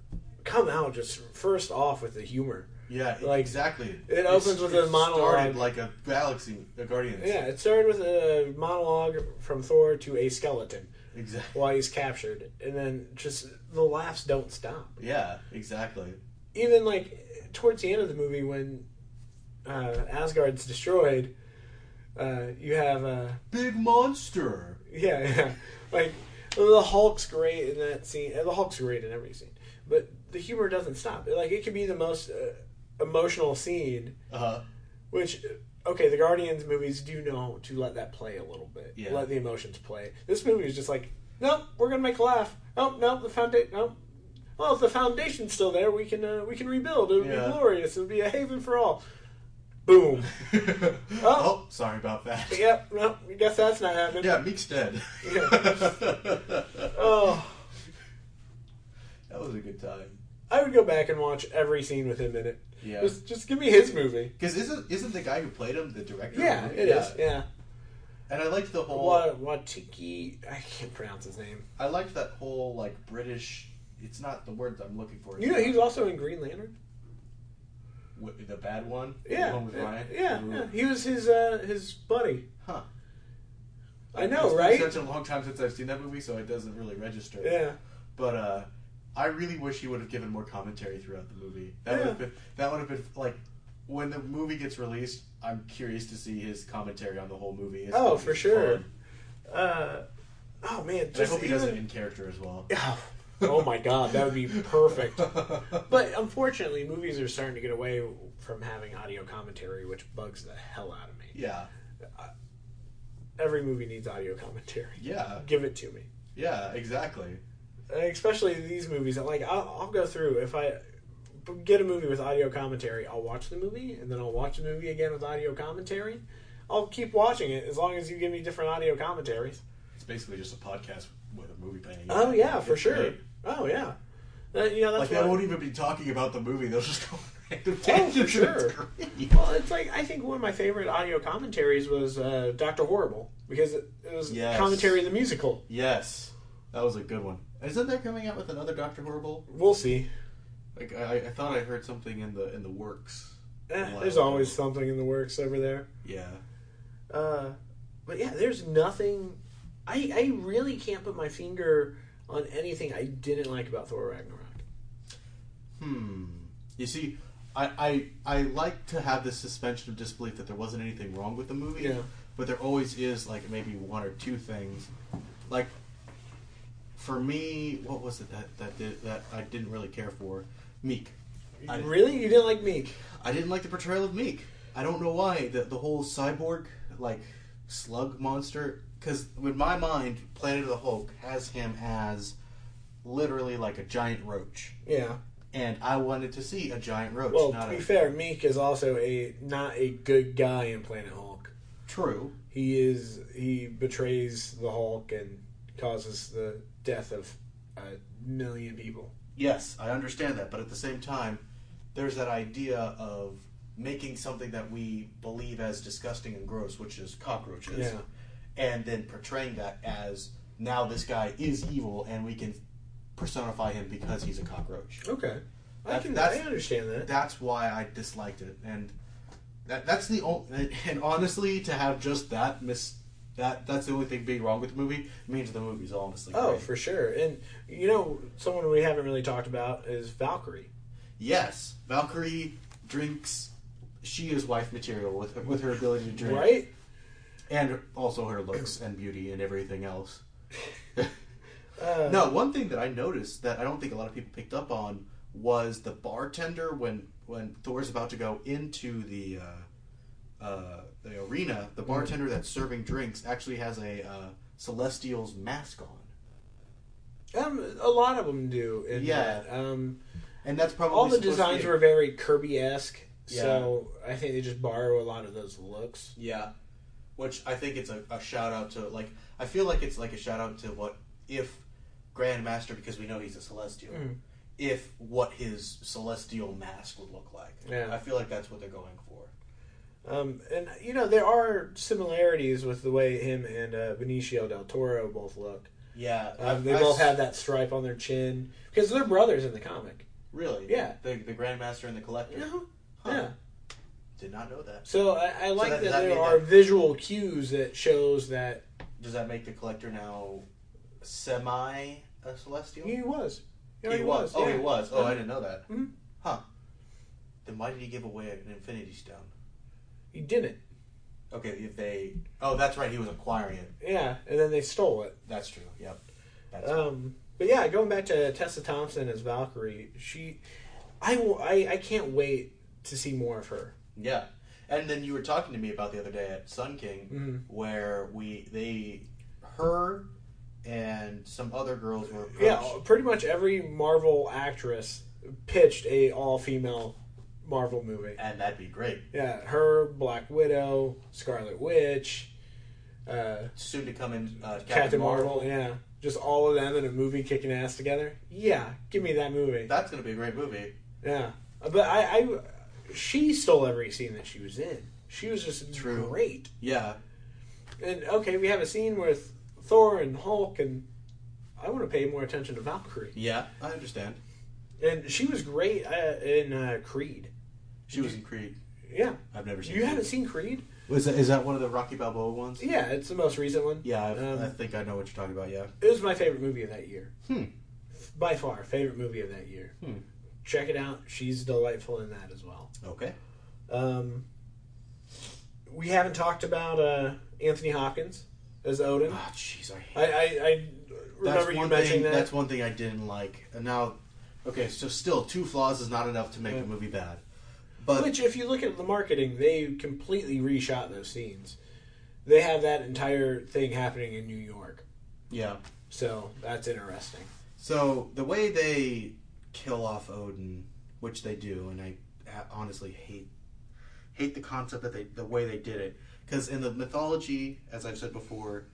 [SPEAKER 2] come out just first off with the humor.
[SPEAKER 3] Yeah, it-
[SPEAKER 2] Like,
[SPEAKER 3] exactly.
[SPEAKER 2] it opens with a monologue.
[SPEAKER 3] Started like a galaxy, a Guardians.
[SPEAKER 2] Yeah, it started with a monologue from Thor to a skeleton
[SPEAKER 3] exactly.
[SPEAKER 2] while he's captured, and then just the laughs don't stop.
[SPEAKER 3] Yeah, exactly.
[SPEAKER 2] Even like towards the end of the movie when uh, Asgard's destroyed, uh, you have. Uh,
[SPEAKER 3] Big monster.
[SPEAKER 2] Yeah, yeah. Like the Hulk's great in that scene. and The Hulk's great in every scene, but the humor doesn't stop. Like it could be the most uh, emotional scene,
[SPEAKER 3] Uh huh.
[SPEAKER 2] which uh, okay, the Guardians movies do know to let that play a little bit.
[SPEAKER 3] Yeah.
[SPEAKER 2] Let the emotions play. This movie is just like, nope, we're gonna make a laugh. Nope, nope, the foundation. Nope. Well, if the foundation's still there, we can uh, we can rebuild. It would
[SPEAKER 3] Yeah.
[SPEAKER 2] be glorious. It would be a haven for all. Boom.
[SPEAKER 3] oh.
[SPEAKER 2] Oh.
[SPEAKER 3] sorry about that.
[SPEAKER 2] yep. Nope. I guess that's not happening.
[SPEAKER 3] Yeah, Meek's dead.
[SPEAKER 2] Yeah.
[SPEAKER 3] oh.
[SPEAKER 2] Oh.
[SPEAKER 3] That was a good time.
[SPEAKER 2] I would go back and watch every scene with him in it.
[SPEAKER 3] Yeah.
[SPEAKER 2] Just, just give me his movie.
[SPEAKER 3] Because isn't isn't the guy who played him the director?
[SPEAKER 2] Yeah, it is. Yeah.
[SPEAKER 3] And I liked the whole.
[SPEAKER 2] Wa- Watiki. I can't pronounce his name.
[SPEAKER 3] I liked that whole like British. It's not the word that I'm looking for.
[SPEAKER 2] You know, he was also in Green Lantern.
[SPEAKER 3] Wi- the bad one.
[SPEAKER 2] Yeah.
[SPEAKER 3] The one with Ryan.
[SPEAKER 2] Yeah,
[SPEAKER 3] Ooh.
[SPEAKER 2] yeah. He was his uh, his buddy.
[SPEAKER 3] Huh.
[SPEAKER 2] I know,
[SPEAKER 3] It's been
[SPEAKER 2] right?
[SPEAKER 3] Such a long time since I've seen that movie, so it doesn't really register.
[SPEAKER 2] Yeah.
[SPEAKER 3] But uh, I really wish he would have given more commentary throughout the movie. That would
[SPEAKER 2] Yeah.
[SPEAKER 3] have been that would have been like when the movie gets released. I'm curious to see his commentary on the whole movie. It's
[SPEAKER 2] Oh,
[SPEAKER 3] gonna be
[SPEAKER 2] for sure.
[SPEAKER 3] fun.
[SPEAKER 2] Uh, oh
[SPEAKER 3] And
[SPEAKER 2] man,
[SPEAKER 3] I
[SPEAKER 2] just
[SPEAKER 3] hope he
[SPEAKER 2] even...
[SPEAKER 3] does it in character as well.
[SPEAKER 2] Oh, oh my god, that would be perfect. But unfortunately, movies are starting to get away from having audio commentary, which bugs the hell out of me.
[SPEAKER 3] yeah,
[SPEAKER 2] Every movie needs audio commentary.
[SPEAKER 3] yeah,
[SPEAKER 2] Give it to me.
[SPEAKER 3] yeah, exactly.
[SPEAKER 2] especially these movies. Like I'll, I'll go through if I get a movie with audio commentary, I'll watch the movie and then I'll watch the movie again with audio commentary. I'll keep watching it as long as you give me different audio commentaries.
[SPEAKER 3] It's basically just a podcast with a movie playing.
[SPEAKER 2] Oh yeah, for
[SPEAKER 3] It's
[SPEAKER 2] sure.
[SPEAKER 3] great.
[SPEAKER 2] Oh yeah, that, you know
[SPEAKER 3] Like
[SPEAKER 2] that's
[SPEAKER 3] they
[SPEAKER 2] what,
[SPEAKER 3] won't even be talking about the movie; they'll just go Detective
[SPEAKER 2] Oh, for
[SPEAKER 3] Tangent.
[SPEAKER 2] sure.
[SPEAKER 3] That's great.
[SPEAKER 2] Well, it's like I think one of my favorite audio commentaries was uh, Doctor Horrible because it, it was
[SPEAKER 3] Yes.
[SPEAKER 2] commentary in the musical.
[SPEAKER 3] Yes, that was a good one. Isn't there coming out with another Doctor Horrible?
[SPEAKER 2] We'll see.
[SPEAKER 3] Like I, I thought I heard something in the in the works.
[SPEAKER 2] Eh,
[SPEAKER 3] Wow.
[SPEAKER 2] there's always something in the works over there.
[SPEAKER 3] Yeah.
[SPEAKER 2] Uh, but yeah, there's nothing. I I really can't put my finger on anything I didn't like about Thor Ragnarok.
[SPEAKER 3] Hmm. You see, I, I I like to have this suspension of disbelief that there wasn't anything wrong with the movie,
[SPEAKER 2] Yeah.
[SPEAKER 3] but there always is like maybe one or two things. Like for me, what was it that that did, that I didn't really care for? Meek. I-
[SPEAKER 2] really, you didn't like Meek?
[SPEAKER 3] I didn't like the portrayal of Meek. I don't know why the the whole cyborg like slug monster. Because in my mind, Planet of the Hulk has him as literally like a giant roach,
[SPEAKER 2] Yeah.
[SPEAKER 3] and I wanted to see a giant roach,
[SPEAKER 2] Well,
[SPEAKER 3] not
[SPEAKER 2] to
[SPEAKER 3] a
[SPEAKER 2] be fair, Meek is also a not a good guy in Planet Hulk.
[SPEAKER 3] true.
[SPEAKER 2] He is he betrays the Hulk and causes the death of a million people.
[SPEAKER 3] Yes, I understand that, but at the same time, there's that idea of making something that we believe as disgusting and gross, which is cockroaches,
[SPEAKER 2] Yeah.
[SPEAKER 3] and then portraying that as now this guy is evil and we can personify him because he's a cockroach.
[SPEAKER 2] Okay. I
[SPEAKER 3] That-
[SPEAKER 2] can I
[SPEAKER 3] that's-
[SPEAKER 2] understand that.
[SPEAKER 3] That's why I disliked it, and that that's the only. And honestly, to have just that miss that that's the only thing being wrong with the movie means the movie's honestly.
[SPEAKER 2] Oh,
[SPEAKER 3] great.
[SPEAKER 2] for sure. And you know, someone we haven't really talked about is Valkyrie.
[SPEAKER 3] Yes, Valkyrie drinks. She is wife material with with her ability to drink,
[SPEAKER 2] Right?
[SPEAKER 3] and also her looks and beauty and everything else.
[SPEAKER 2] Uh,
[SPEAKER 3] No, one thing that I noticed that I don't think a lot of people picked up on was the bartender when when Thor's about to go into the uh, uh, the arena.
[SPEAKER 2] Mm.
[SPEAKER 3] The bartender that's serving drinks actually has a uh, Celestial's mask on,
[SPEAKER 2] Um, a lot of them do. In
[SPEAKER 3] Yeah.
[SPEAKER 2] That. Um,
[SPEAKER 3] and that's probably
[SPEAKER 2] all the
[SPEAKER 3] supposed to
[SPEAKER 2] designs
[SPEAKER 3] be-
[SPEAKER 2] were very Kirby esque. So I think they just borrow a lot of those looks.
[SPEAKER 3] Yeah. Which I think it's a, a shout out to like I feel like it's like a shout out to what if Grandmaster because we know he's a celestial.
[SPEAKER 2] Mhm.
[SPEAKER 3] If what his celestial mask would look like.
[SPEAKER 2] Yeah.
[SPEAKER 3] I feel like that's what they're going for.
[SPEAKER 2] Um, and you know there are similarities with the way him and uh, Benicio del Toro both look.
[SPEAKER 3] Yeah.
[SPEAKER 2] Um, they
[SPEAKER 3] I- I
[SPEAKER 2] both
[SPEAKER 3] s-
[SPEAKER 2] have that stripe on their chin because they're brothers in the comic.
[SPEAKER 3] really
[SPEAKER 2] Yeah.
[SPEAKER 3] The the Grandmaster and the Collector.
[SPEAKER 2] No,
[SPEAKER 3] Huh.
[SPEAKER 2] Yeah.
[SPEAKER 3] Did not know that.
[SPEAKER 2] So I, I like
[SPEAKER 3] that-
[SPEAKER 2] that,
[SPEAKER 3] that
[SPEAKER 2] there
[SPEAKER 3] mean
[SPEAKER 2] are
[SPEAKER 3] that-
[SPEAKER 2] visual cues that shows that
[SPEAKER 3] Does that make the Collector now semi a celestial?
[SPEAKER 2] he was. Yeah,
[SPEAKER 3] He was. Oh,
[SPEAKER 2] yeah.
[SPEAKER 3] he was. Oh, I didn't know that.
[SPEAKER 2] Mhm.
[SPEAKER 3] Huh. Then why did he give away an Infinity Stone?
[SPEAKER 2] He didn't.
[SPEAKER 3] Okay, if they. Oh, that's right. He was acquiring it.
[SPEAKER 2] Yeah, and then they stole it.
[SPEAKER 3] That's true. Yep. That's
[SPEAKER 2] Um, but yeah, going back to Tessa Thompson as Valkyrie, she, I, w- I, I can't wait to see more of her.
[SPEAKER 3] yeah. And then you were talking to me about the other day at Sun King,
[SPEAKER 2] Mhm.
[SPEAKER 3] where we they, her, and some other girls were approached.
[SPEAKER 2] Yeah, pretty much every Marvel actress pitched a all female Marvel movie.
[SPEAKER 3] and that'd be great.
[SPEAKER 2] Yeah, her, Black Widow, Scarlet Witch, uh,
[SPEAKER 3] Soon to come in, uh, Captain,
[SPEAKER 2] Captain,
[SPEAKER 3] Marvel.
[SPEAKER 2] Marvel. Yeah, just all of them in a movie kicking ass together. Yeah, give me that movie.
[SPEAKER 3] That's gonna be a great movie.
[SPEAKER 2] Yeah, but I, I she stole every scene that she was in. She was just
[SPEAKER 3] True.
[SPEAKER 2] great.
[SPEAKER 3] Yeah.
[SPEAKER 2] And okay, we have a scene with Thor and Hulk, and I want to pay more attention to Valkyrie.
[SPEAKER 3] Yeah. I understand.
[SPEAKER 2] And she was great uh, in uh, Creed.
[SPEAKER 3] She was in Creed.
[SPEAKER 2] Yeah,
[SPEAKER 3] I've never seen.
[SPEAKER 2] you
[SPEAKER 3] Creed.
[SPEAKER 2] haven't seen Creed?
[SPEAKER 3] Was that, is that one of the Rocky Balboa ones?
[SPEAKER 2] Yeah, it's the most recent one.
[SPEAKER 3] Yeah, I,
[SPEAKER 2] Um,
[SPEAKER 3] I think I know what you're talking about. Yeah.
[SPEAKER 2] It was my favorite movie of that year.
[SPEAKER 3] Hmm.
[SPEAKER 2] By far, favorite movie of that year.
[SPEAKER 3] Hmm.
[SPEAKER 2] Check it out. She's delightful in that as well.
[SPEAKER 3] Okay.
[SPEAKER 2] Um, we haven't talked about uh, Anthony Hopkins as Odin.
[SPEAKER 3] Oh, jeez, I hate
[SPEAKER 2] I, I, I remember
[SPEAKER 3] that's
[SPEAKER 2] you
[SPEAKER 3] one
[SPEAKER 2] mentioning
[SPEAKER 3] thing,
[SPEAKER 2] that.
[SPEAKER 3] That's one thing I didn't like. And now, okay, so still two flaws is not enough to make
[SPEAKER 2] Yeah.
[SPEAKER 3] a movie bad. But
[SPEAKER 2] Which, if you look at the marketing, they completely reshot those scenes. They have that entire thing happening in New York,
[SPEAKER 3] yeah,
[SPEAKER 2] so that's interesting.
[SPEAKER 3] so the way they kill off Odin, which they do, and I ha- honestly hate hate the concept that they the way they did it because in the mythology, as I've said before,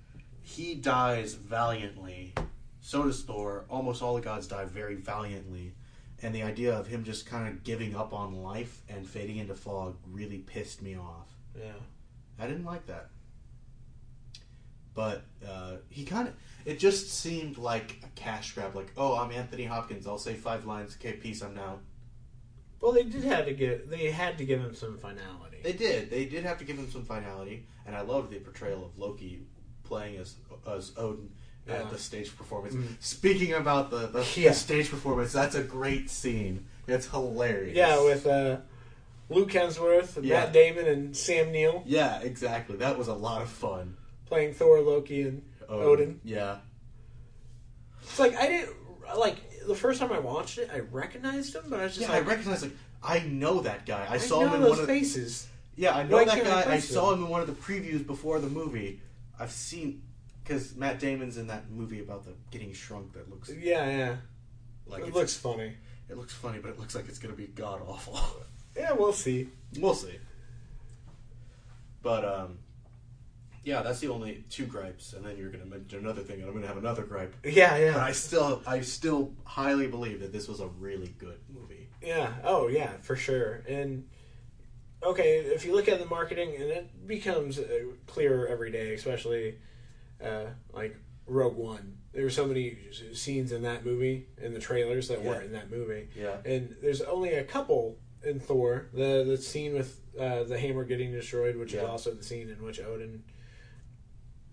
[SPEAKER 3] he dies valiantly. So does Thor. Almost all the gods die very valiantly, and the idea of him just kind of giving up on life and fading into fog really pissed me off.
[SPEAKER 2] Yeah.
[SPEAKER 3] I didn't like that. But uh, he kind of, it just seemed like a cash grab. Like, oh, I'm Anthony Hopkins. I'll say five lines. Okay, peace. I'm out.
[SPEAKER 2] Well, they did have to give they had to give him some finality.
[SPEAKER 3] They did. They did have to give him some finality, and I loved the portrayal of Loki playing as as Odin at
[SPEAKER 2] Yeah.
[SPEAKER 3] the stage performance.
[SPEAKER 2] Mm.
[SPEAKER 3] Speaking about the, the
[SPEAKER 2] Yeah.
[SPEAKER 3] stage performance, that's a great scene. It's hilarious.
[SPEAKER 2] Yeah, with uh, Luke Hemsworth, and
[SPEAKER 3] Yeah.
[SPEAKER 2] Matt Damon, and Sam Neill
[SPEAKER 3] yeah, exactly. That was a lot of fun.
[SPEAKER 2] playing Thor, Loki, and
[SPEAKER 3] Oh.
[SPEAKER 2] Odin.
[SPEAKER 3] Yeah.
[SPEAKER 2] it's like I didn't like the first time I watched it. I recognized him, but I was just
[SPEAKER 3] Yeah, I
[SPEAKER 2] like,
[SPEAKER 3] recognize. Like, I know that guy. I,
[SPEAKER 2] I
[SPEAKER 3] saw
[SPEAKER 2] know
[SPEAKER 3] him in
[SPEAKER 2] those
[SPEAKER 3] one of. The,
[SPEAKER 2] faces.
[SPEAKER 3] yeah, I know
[SPEAKER 2] Why
[SPEAKER 3] that
[SPEAKER 2] can't
[SPEAKER 3] guy.
[SPEAKER 2] I
[SPEAKER 3] I
[SPEAKER 2] place
[SPEAKER 3] saw him in one of the previews before the movie. I've seen because Matt Damon's in that movie about the getting shrunk that looks
[SPEAKER 2] Yeah, yeah.
[SPEAKER 3] like
[SPEAKER 2] it
[SPEAKER 3] it's
[SPEAKER 2] looks funny.
[SPEAKER 3] It looks funny, but it looks like it's gonna be god awful.
[SPEAKER 2] Yeah, we'll see.
[SPEAKER 3] we'll see. But um, yeah, that's the only two gripes, and then you're gonna mention another thing, and I'm gonna have another gripe.
[SPEAKER 2] Yeah,
[SPEAKER 3] But
[SPEAKER 2] yeah,
[SPEAKER 3] I still, I still highly believe that this was a really good movie.
[SPEAKER 2] yeah. Oh, yeah, for sure. And okay, if you look at the marketing, and it becomes uh, clearer every day, especially uh, like Rogue One. There were so many s- scenes in that movie in the trailers that
[SPEAKER 3] Yeah.
[SPEAKER 2] weren't in that movie,
[SPEAKER 3] Yeah,
[SPEAKER 2] and there's only a couple in Thor. The the scene with uh, the hammer getting destroyed, which
[SPEAKER 3] Yeah.
[SPEAKER 2] is also the scene in which Odin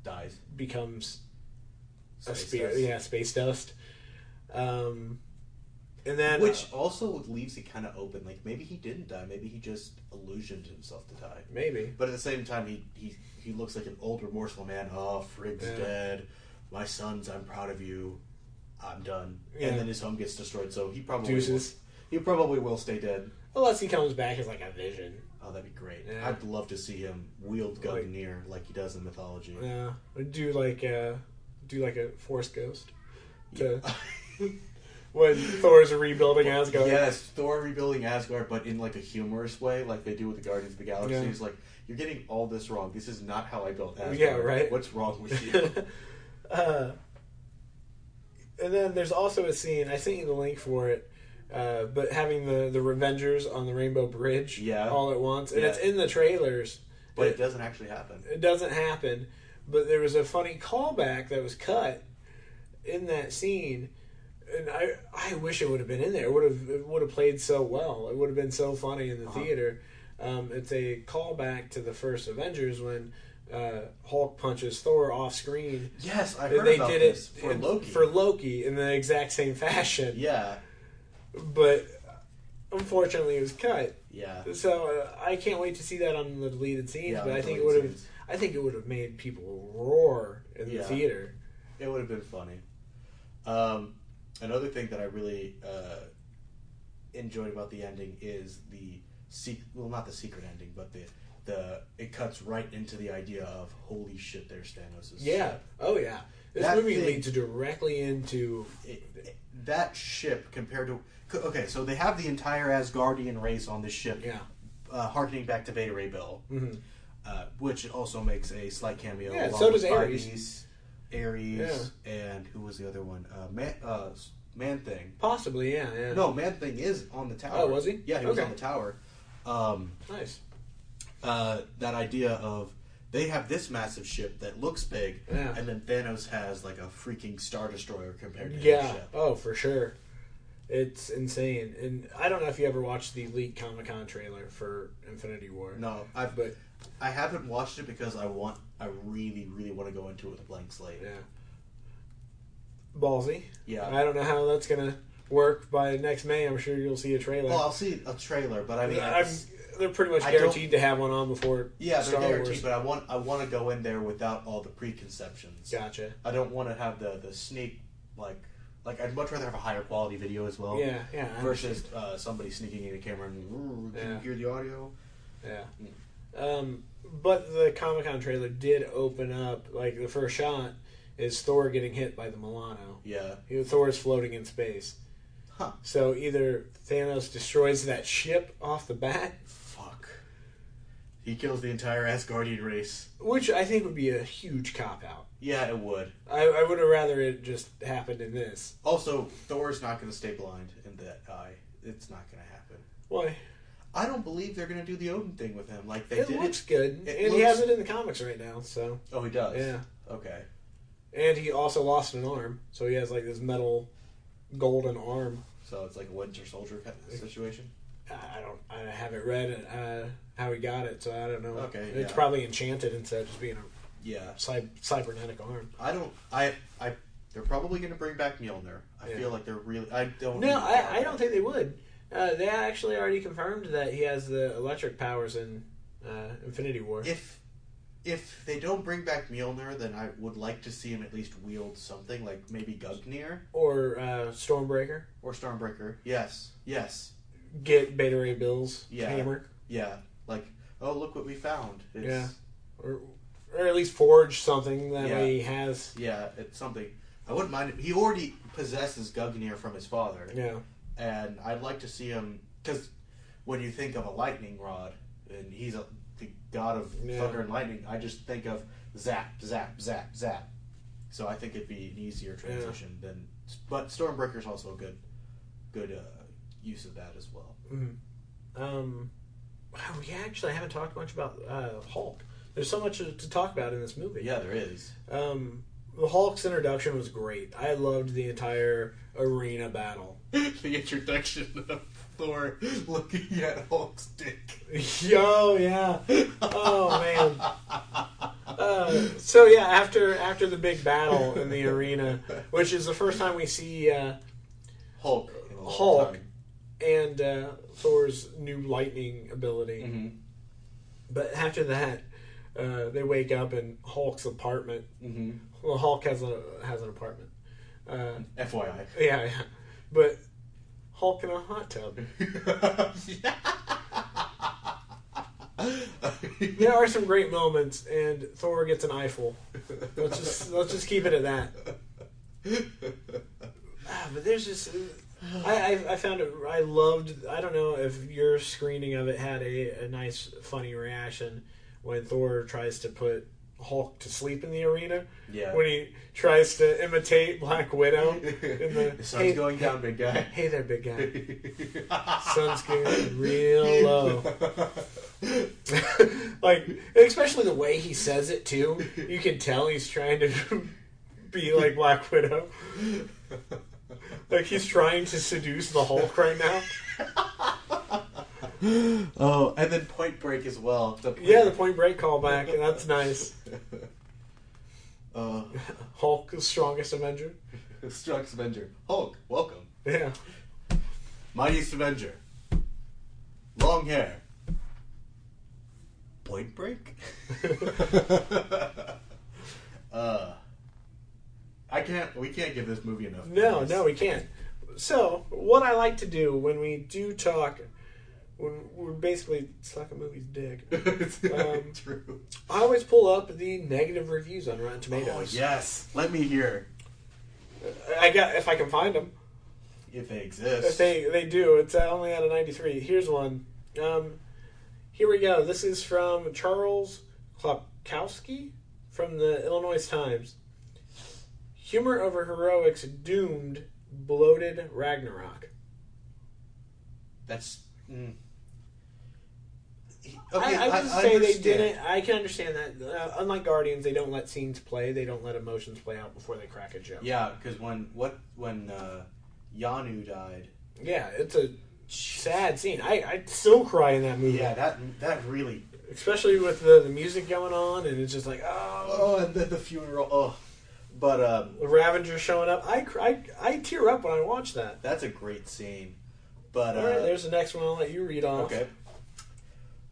[SPEAKER 3] dies.
[SPEAKER 2] becomes a
[SPEAKER 3] Space
[SPEAKER 2] spirit.
[SPEAKER 3] dust.
[SPEAKER 2] Yeah, space dust. Um, and then uh,
[SPEAKER 3] Which also leaves it kind of open. Like maybe he didn't die. Maybe he just illusioned himself to die.
[SPEAKER 2] Maybe.
[SPEAKER 3] But at the same time, he he, he looks like an old, remorseful man. Oh, Frigg's
[SPEAKER 2] Yeah.
[SPEAKER 3] dead. My sons, I'm proud of you. I'm done.
[SPEAKER 2] Yeah.
[SPEAKER 3] And then his home gets destroyed, so he probably will,
[SPEAKER 2] Deuces.
[SPEAKER 3] he probably will stay dead.
[SPEAKER 2] Unless he comes back as like a vision.
[SPEAKER 3] Oh, that'd be great.
[SPEAKER 2] Yeah.
[SPEAKER 3] I'd love to see him wield
[SPEAKER 2] Like-
[SPEAKER 3] Gungnir like, he does in mythology.
[SPEAKER 2] Yeah. Or do like a do like a force ghost. To, When Thor's rebuilding Asgard.
[SPEAKER 3] Yes, Thor rebuilding Asgard, but in like a humorous way, like they do with the Guardians of the Galaxy.
[SPEAKER 2] Yeah.
[SPEAKER 3] He's like, "You're getting all this wrong. This is not how I built Asgard.
[SPEAKER 2] Yeah, right.
[SPEAKER 3] What's wrong with you?"
[SPEAKER 2] uh, and then there's also a scene. I sent you the link for it. Uh, but having the the Revengers on the Rainbow Bridge
[SPEAKER 3] Yeah.
[SPEAKER 2] all at once, and
[SPEAKER 3] Yeah.
[SPEAKER 2] it's in the trailers.
[SPEAKER 3] but it doesn't actually happen.
[SPEAKER 2] it doesn't happen. But there was a funny callback that was cut in that scene, and I I wish it would have been in there. It would have it would have played so well. It would have been so funny in the
[SPEAKER 3] Uh-huh.
[SPEAKER 2] theater. Um, it's a callback to the first Avengers when uh, Hulk punches Thor off screen.
[SPEAKER 3] Yes, I
[SPEAKER 2] And
[SPEAKER 3] heard
[SPEAKER 2] they
[SPEAKER 3] about
[SPEAKER 2] did
[SPEAKER 3] this
[SPEAKER 2] it
[SPEAKER 3] for
[SPEAKER 2] in-
[SPEAKER 3] Loki.
[SPEAKER 2] for Loki in the exact same fashion,
[SPEAKER 3] yeah,
[SPEAKER 2] but unfortunately it was cut.
[SPEAKER 3] yeah.
[SPEAKER 2] So uh, I can't wait to see that on the deleted scenes.
[SPEAKER 3] yeah
[SPEAKER 2] but I
[SPEAKER 3] I'm deleting
[SPEAKER 2] think it would have
[SPEAKER 3] scenes.
[SPEAKER 2] I think it would have made people roar in the
[SPEAKER 3] Yeah.
[SPEAKER 2] theater.
[SPEAKER 3] It would have been funny. Um, another thing that I really uh, enjoyed about the ending is the sec- well, not the secret ending, but the the it cuts right into the idea of holy shit, there's Thanos.
[SPEAKER 2] Yeah. Oh yeah. This
[SPEAKER 3] That
[SPEAKER 2] movie
[SPEAKER 3] thing-
[SPEAKER 2] leads directly into
[SPEAKER 3] it, it- that ship compared to co- okay, so they have the entire Asgardian race on this ship,
[SPEAKER 2] yeah.
[SPEAKER 3] uh, harkening back to Beta Ray Bill,
[SPEAKER 2] Mhm.
[SPEAKER 3] uh, which also makes a slight cameo.
[SPEAKER 2] Yeah,
[SPEAKER 3] along
[SPEAKER 2] so does
[SPEAKER 3] with
[SPEAKER 2] Ares.
[SPEAKER 3] Hades, Ares, and who was the other one? Uh, Man, uh, Man Thing.
[SPEAKER 2] Possibly. Yeah. Yeah.
[SPEAKER 3] No, Man Thing is on the tower.
[SPEAKER 2] Oh, was he?
[SPEAKER 3] Yeah, he was
[SPEAKER 2] Okay.
[SPEAKER 3] on the tower. Um,
[SPEAKER 2] Nice.
[SPEAKER 3] uh, that idea of they have this massive ship that looks big,
[SPEAKER 2] Yeah.
[SPEAKER 3] and then Thanos has like a freaking star destroyer compared to his
[SPEAKER 2] Yeah.
[SPEAKER 3] ship.
[SPEAKER 2] Oh, for sure. It's insane, and I don't know if you ever watched the leaked Comic Con trailer for Infinity War.
[SPEAKER 3] No, I've
[SPEAKER 2] But-
[SPEAKER 3] I haven't watched it because I want I really really want to go into it with a blank slate.
[SPEAKER 2] Yeah. Ballsy.
[SPEAKER 3] Yeah.
[SPEAKER 2] I don't know how that's gonna work by next May. I'm sure you'll see a trailer.
[SPEAKER 3] Well, I'll see a trailer, but I mean, I
[SPEAKER 2] I'm,
[SPEAKER 3] just-
[SPEAKER 2] they're pretty much
[SPEAKER 3] I don't-
[SPEAKER 2] guaranteed to have one on before.
[SPEAKER 3] yeah, they're
[SPEAKER 2] Star
[SPEAKER 3] guaranteed,
[SPEAKER 2] Wars.
[SPEAKER 3] but I want I want to go in there without all the preconceptions.
[SPEAKER 2] Gotcha.
[SPEAKER 3] I don't want to have the the sneak like like I'd much rather have a higher quality video as well.
[SPEAKER 2] Yeah, yeah. I
[SPEAKER 3] Versus uh, somebody sneaking in a camera and "Ooh, can
[SPEAKER 2] Yeah.
[SPEAKER 3] you hear the audio?
[SPEAKER 2] Yeah. Um, but the Comic Con trailer did open up. Like the first shot is Thor getting hit by the Milano.
[SPEAKER 3] Yeah,
[SPEAKER 2] He- Thor is floating in space.
[SPEAKER 3] Huh.
[SPEAKER 2] So either Thanos destroys that ship off the bat,
[SPEAKER 3] fuck. He kills the entire Asgardian race.
[SPEAKER 2] Which I think would be a huge cop out.
[SPEAKER 3] Yeah, it would.
[SPEAKER 2] I, I would have rather it just happened in this.
[SPEAKER 3] Also, Thor's not going to stay blind in that eye. It's not going to happen.
[SPEAKER 2] Why?
[SPEAKER 3] I don't believe they're going to do the Odin thing with him like they
[SPEAKER 2] it
[SPEAKER 3] did.
[SPEAKER 2] looks good,
[SPEAKER 3] it
[SPEAKER 2] and he
[SPEAKER 3] looks-
[SPEAKER 2] has it in the comics right now. So
[SPEAKER 3] oh, he does.
[SPEAKER 2] yeah,
[SPEAKER 3] Okay.
[SPEAKER 2] and he also lost an arm, so he has like this metal golden arm.
[SPEAKER 3] So it's like a Winter Soldier kind of situation.
[SPEAKER 2] I don't. I haven't read uh, how he got it, so I don't know.
[SPEAKER 3] Okay,
[SPEAKER 2] it's
[SPEAKER 3] yeah.
[SPEAKER 2] probably enchanted instead of just being a
[SPEAKER 3] Yeah.
[SPEAKER 2] cy- cybernetic arm.
[SPEAKER 3] I don't. I. I. They're probably going to bring back Mjolnir. I
[SPEAKER 2] Yeah.
[SPEAKER 3] feel like they're really. I don't.
[SPEAKER 2] No,
[SPEAKER 3] really
[SPEAKER 2] I, I
[SPEAKER 3] care.
[SPEAKER 2] don't think they would. Uh, they actually already confirmed that he has the electric powers in uh, Infinity War.
[SPEAKER 3] If if they don't bring back Mjolnir, then I would like to see him at least wield something like maybe Gugnir
[SPEAKER 2] Or uh, Stormbreaker.
[SPEAKER 3] or Stormbreaker. Yes. Yes.
[SPEAKER 2] Get Beta Ray Bill's
[SPEAKER 3] Yeah.
[SPEAKER 2] hammer.
[SPEAKER 3] Yeah. Like, oh look what we found. It's,
[SPEAKER 2] Yeah. Or, or at least forge something that
[SPEAKER 3] Yeah.
[SPEAKER 2] he has.
[SPEAKER 3] Yeah, it's something. I wouldn't mind. He already possesses Gugnir from his father,
[SPEAKER 2] Yeah.
[SPEAKER 3] and I'd like to see him because when you think of a lightning rod, and he's a the god of
[SPEAKER 2] Yeah.
[SPEAKER 3] thunder and lightning, I just think of zap, zap, zap, zap. So I think it'd be an easier transition than. But Stormbreaker's also a good, good uh, use of that as well.
[SPEAKER 2] Mhm. Um, wow, we actually haven't talked much about uh, Hulk. There's so much to talk about in this movie.
[SPEAKER 3] But yeah, there is.
[SPEAKER 2] Um, the Hulk's introduction was great. I loved the entire arena battle.
[SPEAKER 3] the introduction of Thor looking at Hulk's dick.
[SPEAKER 2] Yo, yeah. Oh man. Uh, so yeah, after after the big battle in the arena, which is the first time we see uh,
[SPEAKER 3] Hulk. in a long
[SPEAKER 2] Hulk.
[SPEAKER 3] time.
[SPEAKER 2] and uh, Thor's new lightning ability.
[SPEAKER 3] Mm-hmm.
[SPEAKER 2] But after that, uh, they wake up in Hulk's apartment.
[SPEAKER 3] Mm-hmm.
[SPEAKER 2] Well, Hulk has a has an apartment. Uh,
[SPEAKER 3] FYI.
[SPEAKER 2] yeah, yeah. But Hulk in a hot tub. There are some great moments, and Thor gets an eyeful. Let's just let's just keep it at that. Ah, but there's just I, I I found it I loved I don't know if your screening of it had a, a nice funny reaction when Thor tries to put Hulk to sleep in the arena
[SPEAKER 3] yeah.
[SPEAKER 2] when he tries to imitate Black Widow. in the-
[SPEAKER 3] the sun's
[SPEAKER 2] hey-
[SPEAKER 3] going down, big guy.
[SPEAKER 2] Hey there, big guy. Sun's getting real low. like especially the way he says it too. You can tell he's trying to be like Black Widow. Like he's trying to seduce the Hulk right now.
[SPEAKER 3] oh, and then Point Break as well. The point
[SPEAKER 2] Yeah, the Point Break callback. That's nice.
[SPEAKER 3] Uh,
[SPEAKER 2] Hulk, the strongest Avenger.
[SPEAKER 3] Strux Avenger. Hulk, welcome.
[SPEAKER 2] Yeah.
[SPEAKER 3] Mightiest Avenger. Long hair. Point Break? uh, I can't. We can't give this movie enough.
[SPEAKER 2] No,
[SPEAKER 3] praise.
[SPEAKER 2] no, we can't. So, what I like to do when we do talk, when we're basically sucking movies dick,
[SPEAKER 3] It's
[SPEAKER 2] Um,
[SPEAKER 3] true.
[SPEAKER 2] I always pull up the negative reviews on Rotten
[SPEAKER 3] Oh
[SPEAKER 2] Tomatoes.
[SPEAKER 3] yes, let me hear
[SPEAKER 2] I got if I can find them.
[SPEAKER 3] if they exist.
[SPEAKER 2] If they they do, it's uh, only out of ninety three. Here's one. Um, here we go. This is from Charles Klopkowski from the Illinois Times. Humor over heroics doomed bloated Ragnarok.
[SPEAKER 3] That's. Mm. He-
[SPEAKER 2] I, I would say they
[SPEAKER 3] understand.
[SPEAKER 2] didn't. I can understand that. Uh, unlike Guardians, they don't let scenes play. They don't let emotions play out before they crack a joke.
[SPEAKER 3] Yeah, because when what when uh, Yanu died.
[SPEAKER 2] Yeah, it's a sad scene. I I still cry in that movie.
[SPEAKER 3] Yeah, that that really
[SPEAKER 2] especially with the, the music going on and it's just like oh
[SPEAKER 3] Oh, and then the funeral. Oh, but um,
[SPEAKER 2] the Ravenger showing up I, cr- I, I tear up when I watch that
[SPEAKER 3] that's a great scene. But uh,
[SPEAKER 2] alright there's the next one I'll let you read off
[SPEAKER 3] okay.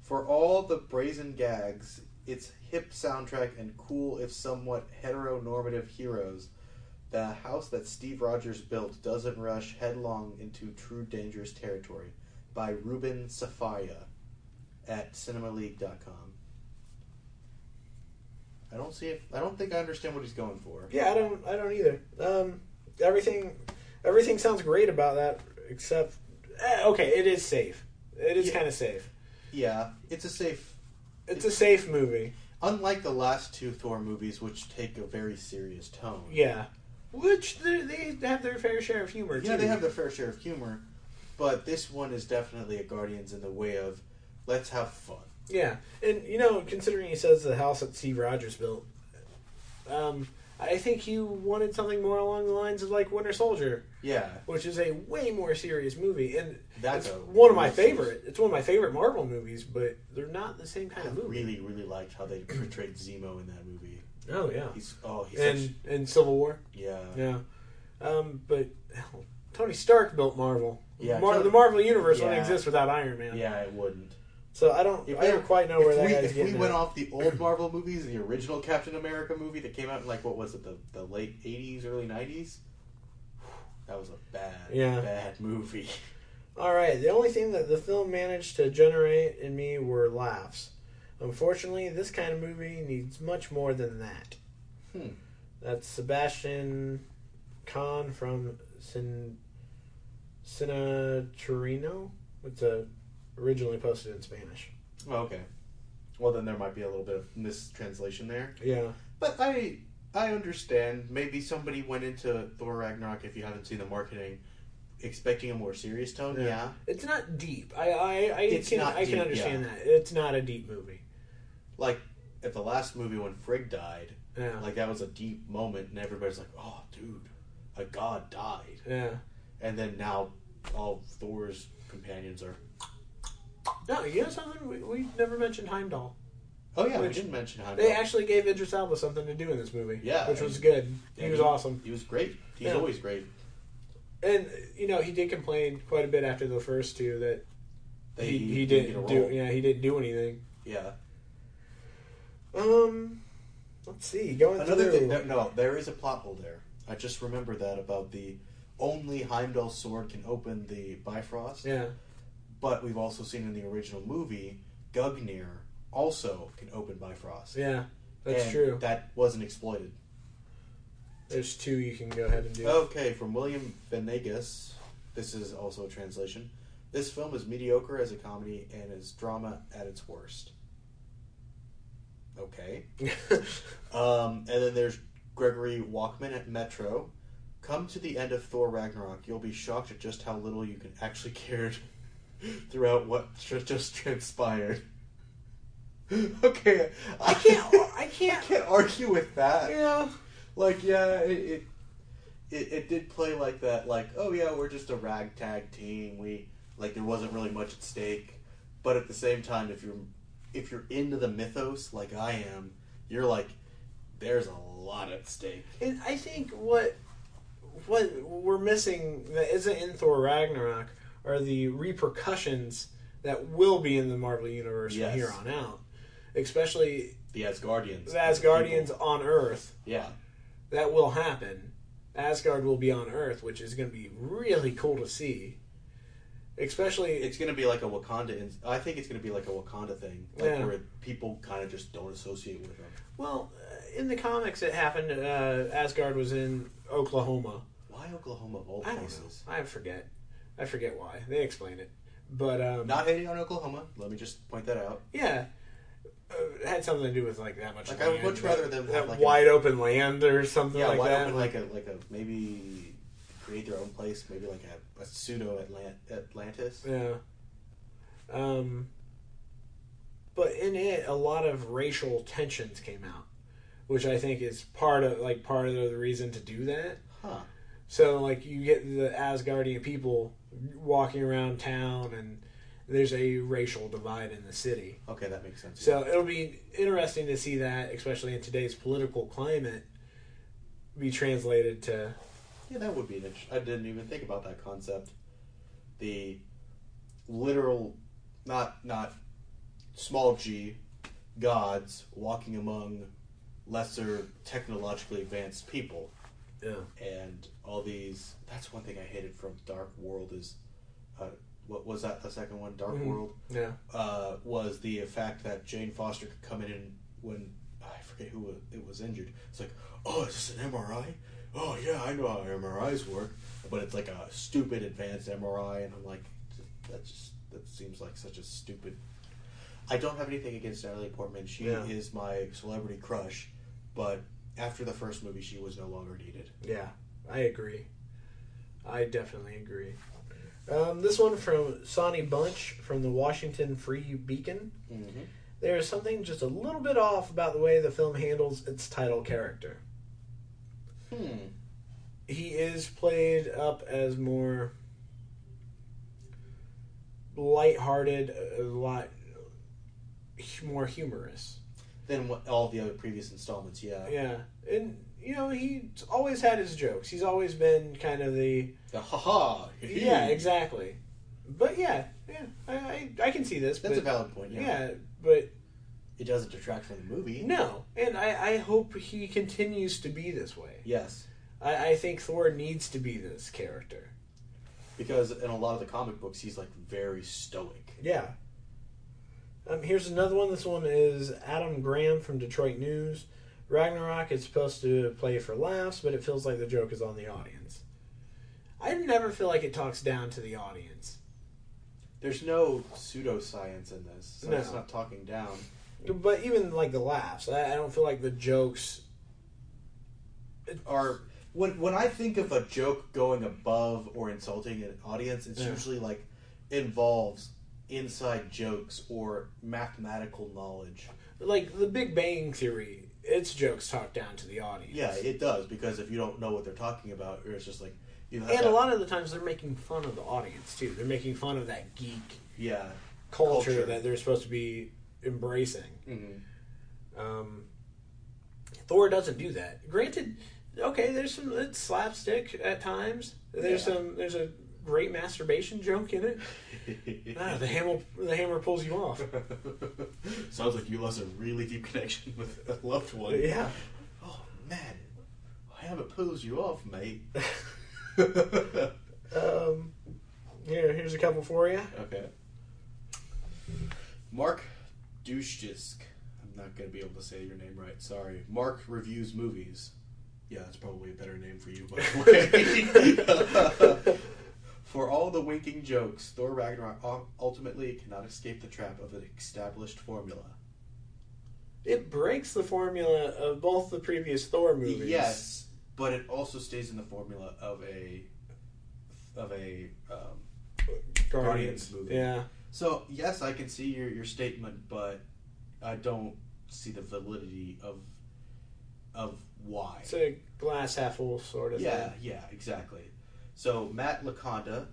[SPEAKER 3] For all the brazen gags, its hip soundtrack and cool, if somewhat heteronormative, heroes, the house that Steve Rogers built doesn't rush headlong into true dangerous territory. By Ruben Safaya at cinemaleague.com. I don't see if I don't think I understand what he's going for.
[SPEAKER 2] yeah I don't I don't either um everything everything sounds great about that except eh, okay it is safe it is
[SPEAKER 3] Yeah.
[SPEAKER 2] kind of safe
[SPEAKER 3] Yeah, it's a safe
[SPEAKER 2] It's a safe movie.
[SPEAKER 3] Unlike the last two Thor movies, which take a very serious tone.
[SPEAKER 2] Yeah. Which they they have their fair share of humor too.
[SPEAKER 3] Yeah, they have their fair share of humor, but this one is definitely a Guardians in the way of let's have fun.
[SPEAKER 2] Yeah, and you know, considering he says the house that Steve Rogers built, um, I think you wanted something more along the lines of like Winter Soldier,
[SPEAKER 3] Yeah,
[SPEAKER 2] which is a way more serious movie, and
[SPEAKER 3] that's
[SPEAKER 2] it's
[SPEAKER 3] a
[SPEAKER 2] one of my
[SPEAKER 3] real-
[SPEAKER 2] favorite. It's one of my favorite Marvel movies, but they're not the same
[SPEAKER 3] I
[SPEAKER 2] kind of movie.
[SPEAKER 3] really, really liked how they portrayed Zemo in that movie.
[SPEAKER 2] Oh yeah,
[SPEAKER 3] He's oh, he's
[SPEAKER 2] and
[SPEAKER 3] such,
[SPEAKER 2] and Civil War.
[SPEAKER 3] yeah,
[SPEAKER 2] Yeah, um, but hell, Tony Stark built Marvel.
[SPEAKER 3] Yeah,
[SPEAKER 2] Mar-
[SPEAKER 3] Tony-
[SPEAKER 2] the Marvel universe wouldn't
[SPEAKER 3] Yeah.
[SPEAKER 2] exist without Iron Man.
[SPEAKER 3] yeah. It wouldn't.
[SPEAKER 2] So I don't,
[SPEAKER 3] If
[SPEAKER 2] I
[SPEAKER 3] we-
[SPEAKER 2] don't quite know
[SPEAKER 3] if
[SPEAKER 2] where that
[SPEAKER 3] we,
[SPEAKER 2] guy's
[SPEAKER 3] if we
[SPEAKER 2] getting.
[SPEAKER 3] went
[SPEAKER 2] at.
[SPEAKER 3] off the old Marvel movies, the original Captain America movie that came out in like what was it, the, the late eighties, early nineties? That was a bad,
[SPEAKER 2] Yeah.
[SPEAKER 3] bad movie.
[SPEAKER 2] All right. The only thing that the film managed to generate in me were laughs. Unfortunately, this kind of movie needs much more than that.
[SPEAKER 3] Hmm.
[SPEAKER 2] That's Sebastian Khan from Sin Torino. It's a, originally posted in Spanish.
[SPEAKER 3] Oh, okay. Well, then there might be a little bit of mistranslation there.
[SPEAKER 2] Yeah.
[SPEAKER 3] But I I understand. Maybe somebody went into Thor Ragnarok if you haven't seen the marketing, expecting a more serious tone.
[SPEAKER 2] Yeah.
[SPEAKER 3] Yeah,
[SPEAKER 2] It's not deep. I I, I
[SPEAKER 3] It's
[SPEAKER 2] can
[SPEAKER 3] not
[SPEAKER 2] I can
[SPEAKER 3] deep,
[SPEAKER 2] understand that. It's not a deep movie.
[SPEAKER 3] like at the last movie when Frigg died,
[SPEAKER 2] Yeah.
[SPEAKER 3] like that was a deep moment, and everybody's like, "Oh, dude, a god died."
[SPEAKER 2] Yeah.
[SPEAKER 3] And then now all Thor's companions are.
[SPEAKER 2] No, you know something? We, we never mentioned Heimdall.
[SPEAKER 3] Oh yeah,
[SPEAKER 2] Which-
[SPEAKER 3] we didn't mention Heimdall.
[SPEAKER 2] They actually gave Idris Elba something to do in this movie.
[SPEAKER 3] Yeah,
[SPEAKER 2] Which
[SPEAKER 3] and-
[SPEAKER 2] was good. He
[SPEAKER 3] and
[SPEAKER 2] was awesome.
[SPEAKER 3] He was great. He's
[SPEAKER 2] Yeah.
[SPEAKER 3] always great.
[SPEAKER 2] And, you know, he did complain quite a bit after the first two that
[SPEAKER 3] They-
[SPEAKER 2] he, he
[SPEAKER 3] didn't
[SPEAKER 2] didn't
[SPEAKER 3] get a
[SPEAKER 2] do
[SPEAKER 3] role.
[SPEAKER 2] yeah, he didn't do anything.
[SPEAKER 3] Yeah.
[SPEAKER 2] Um let's see, going
[SPEAKER 3] Another
[SPEAKER 2] through
[SPEAKER 3] thing, that, no, there is a plot hole there. I just remember that about the only Heimdall sword can open the Bifrost.
[SPEAKER 2] Yeah.
[SPEAKER 3] But we've also seen in the original movie, Gugnir also can open Bifrost.
[SPEAKER 2] Yeah. That's
[SPEAKER 3] And
[SPEAKER 2] true.
[SPEAKER 3] That wasn't exploited.
[SPEAKER 2] There's two you can go ahead and do.
[SPEAKER 3] Okay, from William Venegas, this is also a translation. This film is mediocre as a comedy and is drama at its worst. Okay.
[SPEAKER 2] Oh.
[SPEAKER 3] Um, and then there's Gregory Walkman at Metro. Come to the end of Thor Ragnarok, you'll be shocked at just how little you can actually care throughout what tr- just transpired. okay,
[SPEAKER 2] I can't I
[SPEAKER 3] I
[SPEAKER 2] can't
[SPEAKER 3] can't argue with that.
[SPEAKER 2] Yeah.
[SPEAKER 3] Like, yeah, it, it it it did play like that. Like, oh yeah, we're just a ragtag team. We like there wasn't really much at stake, but at the same time, if you're if you're into the mythos like I am, you're like, there's a lot at stake.
[SPEAKER 2] And I think what what we're missing that isn't in Thor Ragnarok are the repercussions that will be in the Marvel universe
[SPEAKER 3] Yes.
[SPEAKER 2] from here on out. Especially
[SPEAKER 3] The Asgardians.
[SPEAKER 2] the Asgardians on Earth.
[SPEAKER 3] Yeah.
[SPEAKER 2] That will happen. Asgard will be on Earth, which is going to be really cool to see. Especially
[SPEAKER 3] It's gonna be like a Wakanda. In- I think it's gonna be like a Wakanda thing, like
[SPEAKER 2] Yeah.
[SPEAKER 3] where people kind of just don't associate with them.
[SPEAKER 2] well, uh, in the comics, it happened. Uh, Asgard was in Oklahoma.
[SPEAKER 3] Why Oklahoma of all
[SPEAKER 2] I don't know.
[SPEAKER 3] places?
[SPEAKER 2] I forget. I forget why they explain it, but um,
[SPEAKER 3] Not hating on Oklahoma. Let me just point that out.
[SPEAKER 2] yeah, uh, it had something to do with like that much.
[SPEAKER 3] Like, I would
[SPEAKER 2] land,
[SPEAKER 3] much
[SPEAKER 2] that-
[SPEAKER 3] rather them
[SPEAKER 2] that
[SPEAKER 3] have, like, a-
[SPEAKER 2] wide open land or something
[SPEAKER 3] Yeah,
[SPEAKER 2] like
[SPEAKER 3] why
[SPEAKER 2] that.
[SPEAKER 3] open like a like a maybe create their own place, maybe like a, a pseudo Atlant- Atlantis.
[SPEAKER 2] Yeah. Um, but in it, a lot of racial tensions came out, which I think is part of like part of the reason to do that.
[SPEAKER 3] Huh.
[SPEAKER 2] So like you get the Asgardian people walking around town, and there's a racial divide in the city.
[SPEAKER 3] Okay, that makes sense.
[SPEAKER 2] So it'll be interesting to see that, especially in today's political climate, be translated to
[SPEAKER 3] yeah, that would be an interesting. I didn't even think about that concept. The literal, not not small g, gods walking among lesser technologically advanced people.
[SPEAKER 2] yeah
[SPEAKER 3] and all these. That's one thing I hated from Dark World is, uh, what was that? The second one, Dark
[SPEAKER 2] Mhm.
[SPEAKER 3] World,
[SPEAKER 2] yeah
[SPEAKER 3] uh, was the fact that Jane Foster could come in and when I forget who wa- it was injured. It's like, oh, is this an MRI? Oh yeah, I know how MRIs work, but it's like a stupid advanced MRI, and I'm like, that just that seems like such a stupid. I don't have anything against Natalie Portman. She
[SPEAKER 2] Yeah.
[SPEAKER 3] is my celebrity crush, but after the first movie, she was no longer needed.
[SPEAKER 2] Yeah, I agree. I definitely agree. Um, this one from Sonny Bunch from the Washington Free Beacon.
[SPEAKER 3] Mm-hmm.
[SPEAKER 2] There is something just a little bit off about the way the film handles its title character.
[SPEAKER 3] Hmm.
[SPEAKER 2] He is played up as more lighthearted, a lot more humorous.
[SPEAKER 3] Than what all the other previous installments, yeah.
[SPEAKER 2] Yeah, and you know he's always had his jokes. He's always been kind of the
[SPEAKER 3] The ha ha.
[SPEAKER 2] yeah, exactly. But yeah, yeah, I I, I can see this.
[SPEAKER 3] That's
[SPEAKER 2] but,
[SPEAKER 3] a valid point. Yeah.
[SPEAKER 2] yeah. but
[SPEAKER 3] It doesn't detract from the movie.
[SPEAKER 2] no, and I I hope he continues to be this way.
[SPEAKER 3] Yes,
[SPEAKER 2] I I think Thor needs to be this character.
[SPEAKER 3] because in a lot of the comic books, he's like very stoic.
[SPEAKER 2] Yeah. Um, here's another one. This one is Adam Graham from Detroit News. Ragnarok is supposed to play for laughs, but it feels like the joke is on the audience. I never feel like it talks down to the audience.
[SPEAKER 3] There's no pseudoscience in this, so
[SPEAKER 2] No.
[SPEAKER 3] it's not talking down.
[SPEAKER 2] But even like the laughs, I, I don't feel like the jokes
[SPEAKER 3] Or when when I think of a joke going above or insulting an audience, it's
[SPEAKER 2] Yeah.
[SPEAKER 3] usually like involves inside jokes or mathematical knowledge.
[SPEAKER 2] like the Big Bang Theory, its jokes talk down to the audience.
[SPEAKER 3] Yeah, it does because if you don't know what they're talking about, it's just like you have
[SPEAKER 2] and
[SPEAKER 3] that-
[SPEAKER 2] a lot of the times they're making fun of the audience too. They're making fun of that geek
[SPEAKER 3] yeah.
[SPEAKER 2] culture,
[SPEAKER 3] Culture.
[SPEAKER 2] that they're supposed to be embracing.
[SPEAKER 3] Mhm.
[SPEAKER 2] Um, Thor doesn't do that. Granted, okay, there's some it's slapstick at times. There's
[SPEAKER 3] Yeah.
[SPEAKER 2] some there's a great masturbation joke in it. Ah, the hammer the hammer pulls you off.
[SPEAKER 3] Sounds like you lost a really deep connection with a loved one.
[SPEAKER 2] yeah.
[SPEAKER 3] Oh man, I haven't pulls you off, mate.
[SPEAKER 2] Um, here here's a couple for you.
[SPEAKER 3] okay. Mark Dushjisk. I'm not gonna be able to say your name right. Sorry. Mark reviews movies. Yeah, that's probably a better name for you, by the way. For all the winking jokes, Thor Ragnarok ul- ultimately cannot escape the trap of an established formula.
[SPEAKER 2] It breaks the formula of both the previous Thor movies.
[SPEAKER 3] Yes, but it also stays in the formula of a of a. Um, Guardians movie.
[SPEAKER 2] Yeah.
[SPEAKER 3] so yes, I can see your your statement, but I don't see the validity of of why.
[SPEAKER 2] It's a glass half full sort of
[SPEAKER 3] yeah,
[SPEAKER 2] thing.
[SPEAKER 3] yeah, exactly. So Matt Laconda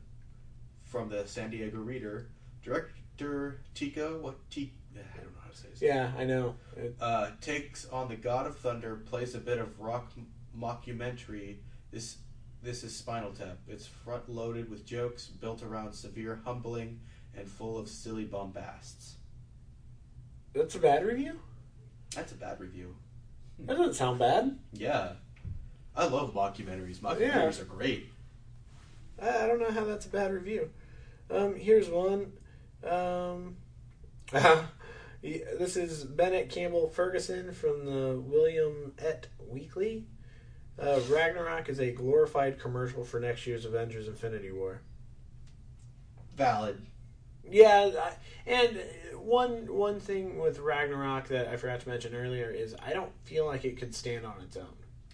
[SPEAKER 3] from the San Diego Reader, director Tico, what T? I don't know how to say his
[SPEAKER 2] Yeah, I know. It-
[SPEAKER 3] uh, takes on the God of Thunder, plays a bit of rock m- mockumentary. This this is Spinal Tap. It's front loaded with jokes built around severe humbling and full of silly bombasts.
[SPEAKER 2] that's a bad review?
[SPEAKER 3] That's a bad review.
[SPEAKER 2] That doesn't sound bad.
[SPEAKER 3] Yeah, I love mockumentaries. Mockumentaries
[SPEAKER 2] Yeah.
[SPEAKER 3] are great.
[SPEAKER 2] I, I don't know how that's a bad review. Um, here's one. Um, yeah, this is Bennett Campbell Ferguson from the William Et Weekly. Uh, Ragnarok is a glorified commercial for next year's Avengers Infinity War.
[SPEAKER 3] Valid.
[SPEAKER 2] Yeah, I- and uh, one one thing with Ragnarok that I forgot to mention earlier is I don't feel like it could stand on its own.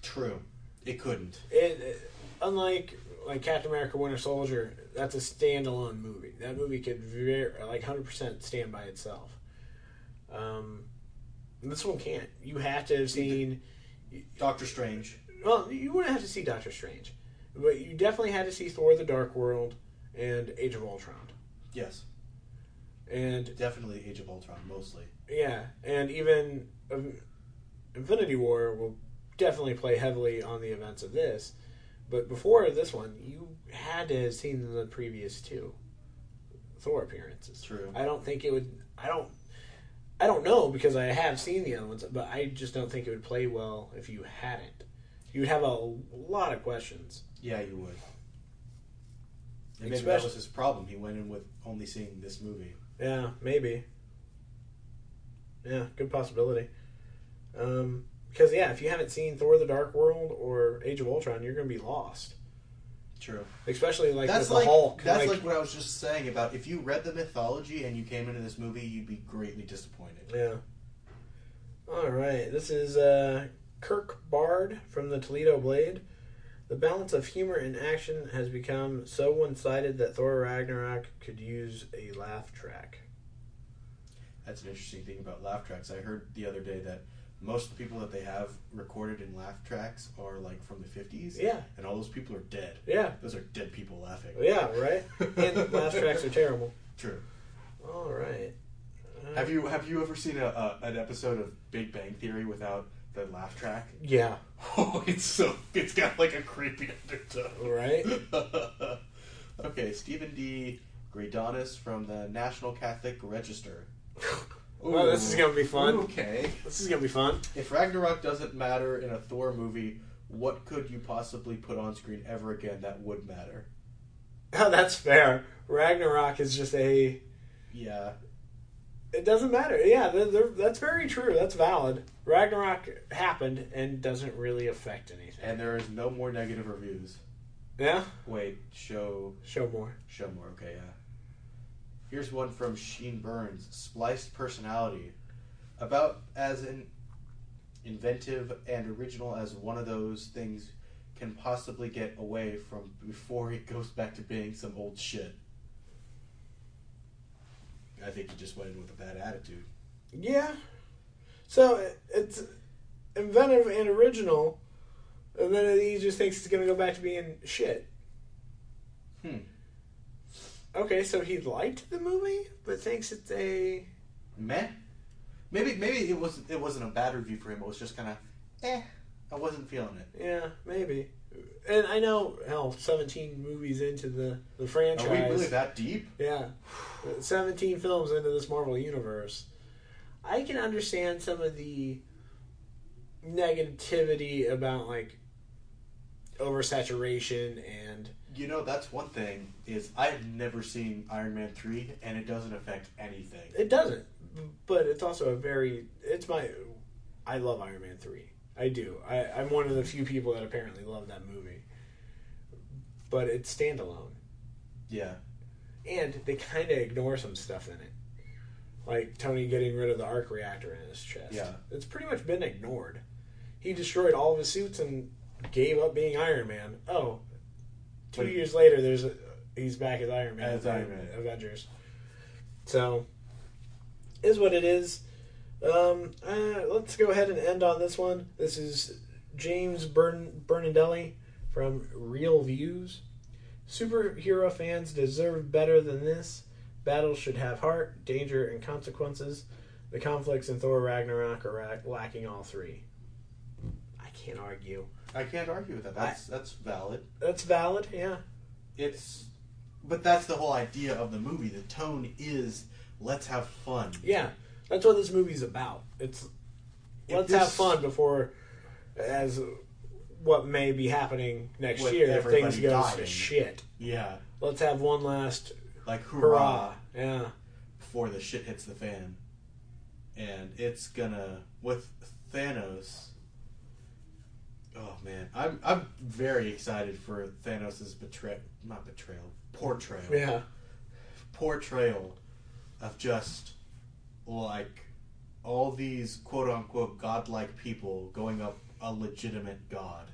[SPEAKER 3] True. It couldn't.
[SPEAKER 2] It, it- unlike like Captain America: Winter Soldier, that's a standalone movie. That movie could very like hundred percent stand by itself. Um, this one can't. You have to have seen.
[SPEAKER 3] Doctor Strange.
[SPEAKER 2] Well, you wouldn't have to see Doctor Strange, but you definitely had to see Thor: The Dark World and Age of Ultron.
[SPEAKER 3] Yes,
[SPEAKER 2] And
[SPEAKER 3] definitely Age of Ultron mostly.
[SPEAKER 2] Yeah, and even um, Infinity War will definitely play heavily on the events of this. But before this one, you had to have seen the previous two Thor appearances.
[SPEAKER 3] True.
[SPEAKER 2] I don't think it would. I don't. I don't know because I have seen the other ones, but I just don't think it would play well if you hadn't. You would have a lot of questions.
[SPEAKER 3] Yeah, you would. And maybe that was his problem. He went in with only seeing this movie.
[SPEAKER 2] Yeah, maybe. Yeah, good possibility. Um, because yeah, if you haven't seen Thor: The Dark World or Age of Ultron, you're gonna be lost.
[SPEAKER 3] True.
[SPEAKER 2] especially like
[SPEAKER 3] that's
[SPEAKER 2] with
[SPEAKER 3] like
[SPEAKER 2] the Hulk.
[SPEAKER 3] that's
[SPEAKER 2] like,
[SPEAKER 3] like, what I was just saying about if you read the mythology and you came into this movie, you'd be greatly disappointed.
[SPEAKER 2] yeah. All right, this is uh, Kirk Bard from the Toledo Blade. The balance of humor and action has become so one-sided that Thor Ragnarok could use a laugh track.
[SPEAKER 3] That's an interesting thing about laugh tracks. I heard the other day that most of the people that they have recorded in laugh tracks are like from the fifties,
[SPEAKER 2] Yeah,
[SPEAKER 3] and all those people are dead.
[SPEAKER 2] yeah,
[SPEAKER 3] Those are dead people laughing.
[SPEAKER 2] yeah. Right. and laugh tracks are terrible.
[SPEAKER 3] True.
[SPEAKER 2] All right. Uh,
[SPEAKER 3] Have you have you ever seen a, a an episode of Big Bang Theory without the laugh track?
[SPEAKER 2] Yeah.
[SPEAKER 3] Oh, it's so it's got like a creepy undertone.
[SPEAKER 2] Right.
[SPEAKER 3] okay, Stephen D. Gredonis from the National Catholic Register.
[SPEAKER 2] Oh, this is gonna be fun.
[SPEAKER 3] Okay.
[SPEAKER 2] This is gonna be fun.
[SPEAKER 3] If Ragnarok doesn't matter in a Thor movie, what could you possibly put on screen ever again that would matter?
[SPEAKER 2] Oh, that's fair. Ragnarok is just a.
[SPEAKER 3] Yeah.
[SPEAKER 2] It doesn't matter. Yeah, they're, they're, that's very true. That's valid. Ragnarok happened and doesn't really affect anything.
[SPEAKER 3] And there is no more negative reviews.
[SPEAKER 2] Yeah.
[SPEAKER 3] Wait, show
[SPEAKER 2] Show more.
[SPEAKER 3] show more. Okay, yeah. Here's one from Sheen Burns, Spliced Personality. About as in inventive and original as one of those things can possibly get away from before it goes back to being some old shit. I think he just went in with a bad attitude.
[SPEAKER 2] Yeah. So it, it's inventive and original, and then he just thinks it's gonna go back to being shit.
[SPEAKER 3] Hmm.
[SPEAKER 2] Okay, so he liked the movie, but thinks it's a.
[SPEAKER 3] Meh. Maybe maybe it wasn't it wasn't a bad review for him. It was just kind of eh. I wasn't feeling it.
[SPEAKER 2] Yeah, maybe. And I know, hell, 17 movies into the, the franchise.
[SPEAKER 3] Are Oh, we really that deep?
[SPEAKER 2] Yeah. 17 films into this Marvel universe. I can understand some of the negativity about, like, oversaturation and.
[SPEAKER 3] You know, that's one thing is I've never seen Iron Man three, and it doesn't affect anything.
[SPEAKER 2] It doesn't. But it's also a very. It's my. I love Iron Man 3. I do. I, I'm one of the few people that apparently love that movie. But it's standalone.
[SPEAKER 3] Yeah,
[SPEAKER 2] and they kind of ignore some stuff in it, like Tony getting rid of the arc reactor in his chest.
[SPEAKER 3] Yeah.
[SPEAKER 2] it's pretty much been ignored. He destroyed all of his suits and gave up being Iron Man. Oh, two
[SPEAKER 3] But-
[SPEAKER 2] years later, there's a, he's back as Iron Man
[SPEAKER 3] As
[SPEAKER 2] in
[SPEAKER 3] Iron Man.
[SPEAKER 2] Avengers. So, is what it is. Um, uh, let's go ahead and end on this one. This is James Bern- Bernardelli from Real Views. Superhero fans deserve better than this. Battles should have heart, danger, and consequences. The conflicts in Thor Ragnarok are ra- lacking all three. I can't argue.
[SPEAKER 3] I can't argue with that. That's that's valid.
[SPEAKER 2] That's valid, yeah.
[SPEAKER 3] It's, but that's the whole idea of the movie. The tone is let's have fun.
[SPEAKER 2] Yeah, that's what this movie's about. It's
[SPEAKER 3] If
[SPEAKER 2] let's
[SPEAKER 3] this-
[SPEAKER 2] have fun before, as what may be happening next
[SPEAKER 3] With
[SPEAKER 2] year,
[SPEAKER 3] everybody
[SPEAKER 2] things go to
[SPEAKER 3] dying.
[SPEAKER 2] shit.
[SPEAKER 3] Yeah,
[SPEAKER 2] Let's have one last
[SPEAKER 3] like hurrah,
[SPEAKER 2] hurrah. Yeah.
[SPEAKER 3] before the shit hits the fan, and it's gonna with Thanos. Oh man, I'm I'm very excited for Thanos' betrayal, not betrayal, portrayal.
[SPEAKER 2] Yeah.
[SPEAKER 3] portrayal of just like all these quote unquote godlike people going up a legitimate god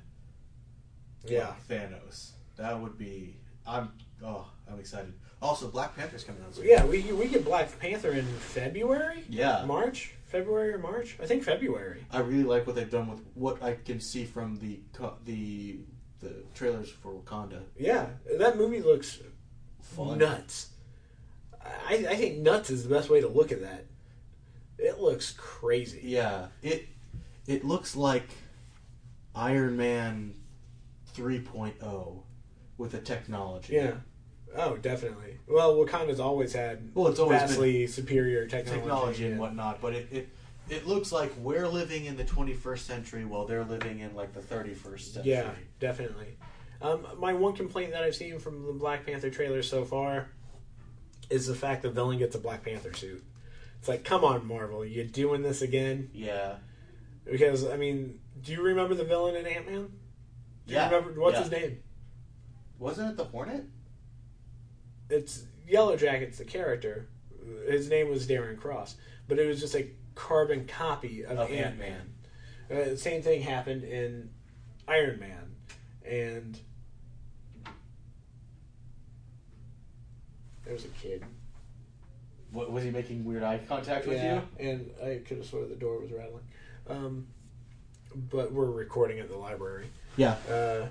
[SPEAKER 2] Yeah.
[SPEAKER 3] like Thanos. That would be I'm oh I'm excited. Also, Black Panther's coming out soon.
[SPEAKER 2] Yeah, we, we get Black Panther in February?
[SPEAKER 3] Yeah.
[SPEAKER 2] March? February or March? I think February.
[SPEAKER 3] I really like what they've done with what I can see from the co- the the trailers for Wakanda.
[SPEAKER 2] Yeah, that movie looks
[SPEAKER 3] Fun.
[SPEAKER 2] nuts. I, I think nuts is the best way to look at that. It looks crazy.
[SPEAKER 3] Yeah, it it looks like Iron Man 3.0 with the technology.
[SPEAKER 2] Yeah. Oh, definitely. Well, Wakanda's always had
[SPEAKER 3] Well, it's always been
[SPEAKER 2] vastly superior technology.
[SPEAKER 3] technology and
[SPEAKER 2] yeah.
[SPEAKER 3] whatnot, but it, it it looks like we're living in the 21st century while they're living in like the 31st century.
[SPEAKER 2] Yeah, definitely. Um, my one complaint that I've seen from the Black Panther trailer so far is the fact the villain gets a Black Panther suit. It's like, come on, Marvel, you doing this again?
[SPEAKER 3] Yeah.
[SPEAKER 2] Because I mean, do you remember the villain in Ant Man?
[SPEAKER 3] Yeah.
[SPEAKER 2] Remember what's
[SPEAKER 3] yeah.
[SPEAKER 2] his name?
[SPEAKER 3] Wasn't it the Hornet?
[SPEAKER 2] It's Yellow Jackets, the character. His name was Darren Cross, but it was just a carbon copy of,
[SPEAKER 3] Of
[SPEAKER 2] Ant Man. Uh, same thing happened in Iron Man, and there was a kid.
[SPEAKER 3] What, was he making weird eye contact with
[SPEAKER 2] yeah,
[SPEAKER 3] you?
[SPEAKER 2] and I could have sworn the door was rattling. Um, but we're recording at the library.
[SPEAKER 3] Yeah.
[SPEAKER 2] Uh,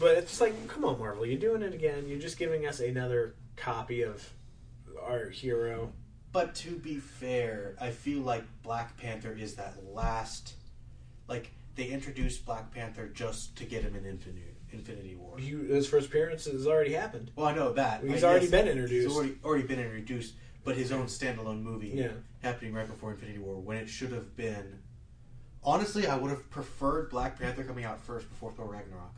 [SPEAKER 2] but it's just like, come on, Marvel, you're doing it again. You're just giving us another copy of our hero.
[SPEAKER 3] But to be fair, I feel like Black Panther is that last. Like they introduced Black Panther just to get him in Infinity Infinity War.
[SPEAKER 2] You, his first appearance has already happened.
[SPEAKER 3] Well, I know that
[SPEAKER 2] He's
[SPEAKER 3] I
[SPEAKER 2] already
[SPEAKER 3] guess
[SPEAKER 2] been introduced.
[SPEAKER 3] He's already, already been introduced, but his own standalone movie
[SPEAKER 2] Yeah.
[SPEAKER 3] happening right before Infinity War, when it should have been. Honestly, I would have preferred Black Panther coming out first before Thor Ragnarok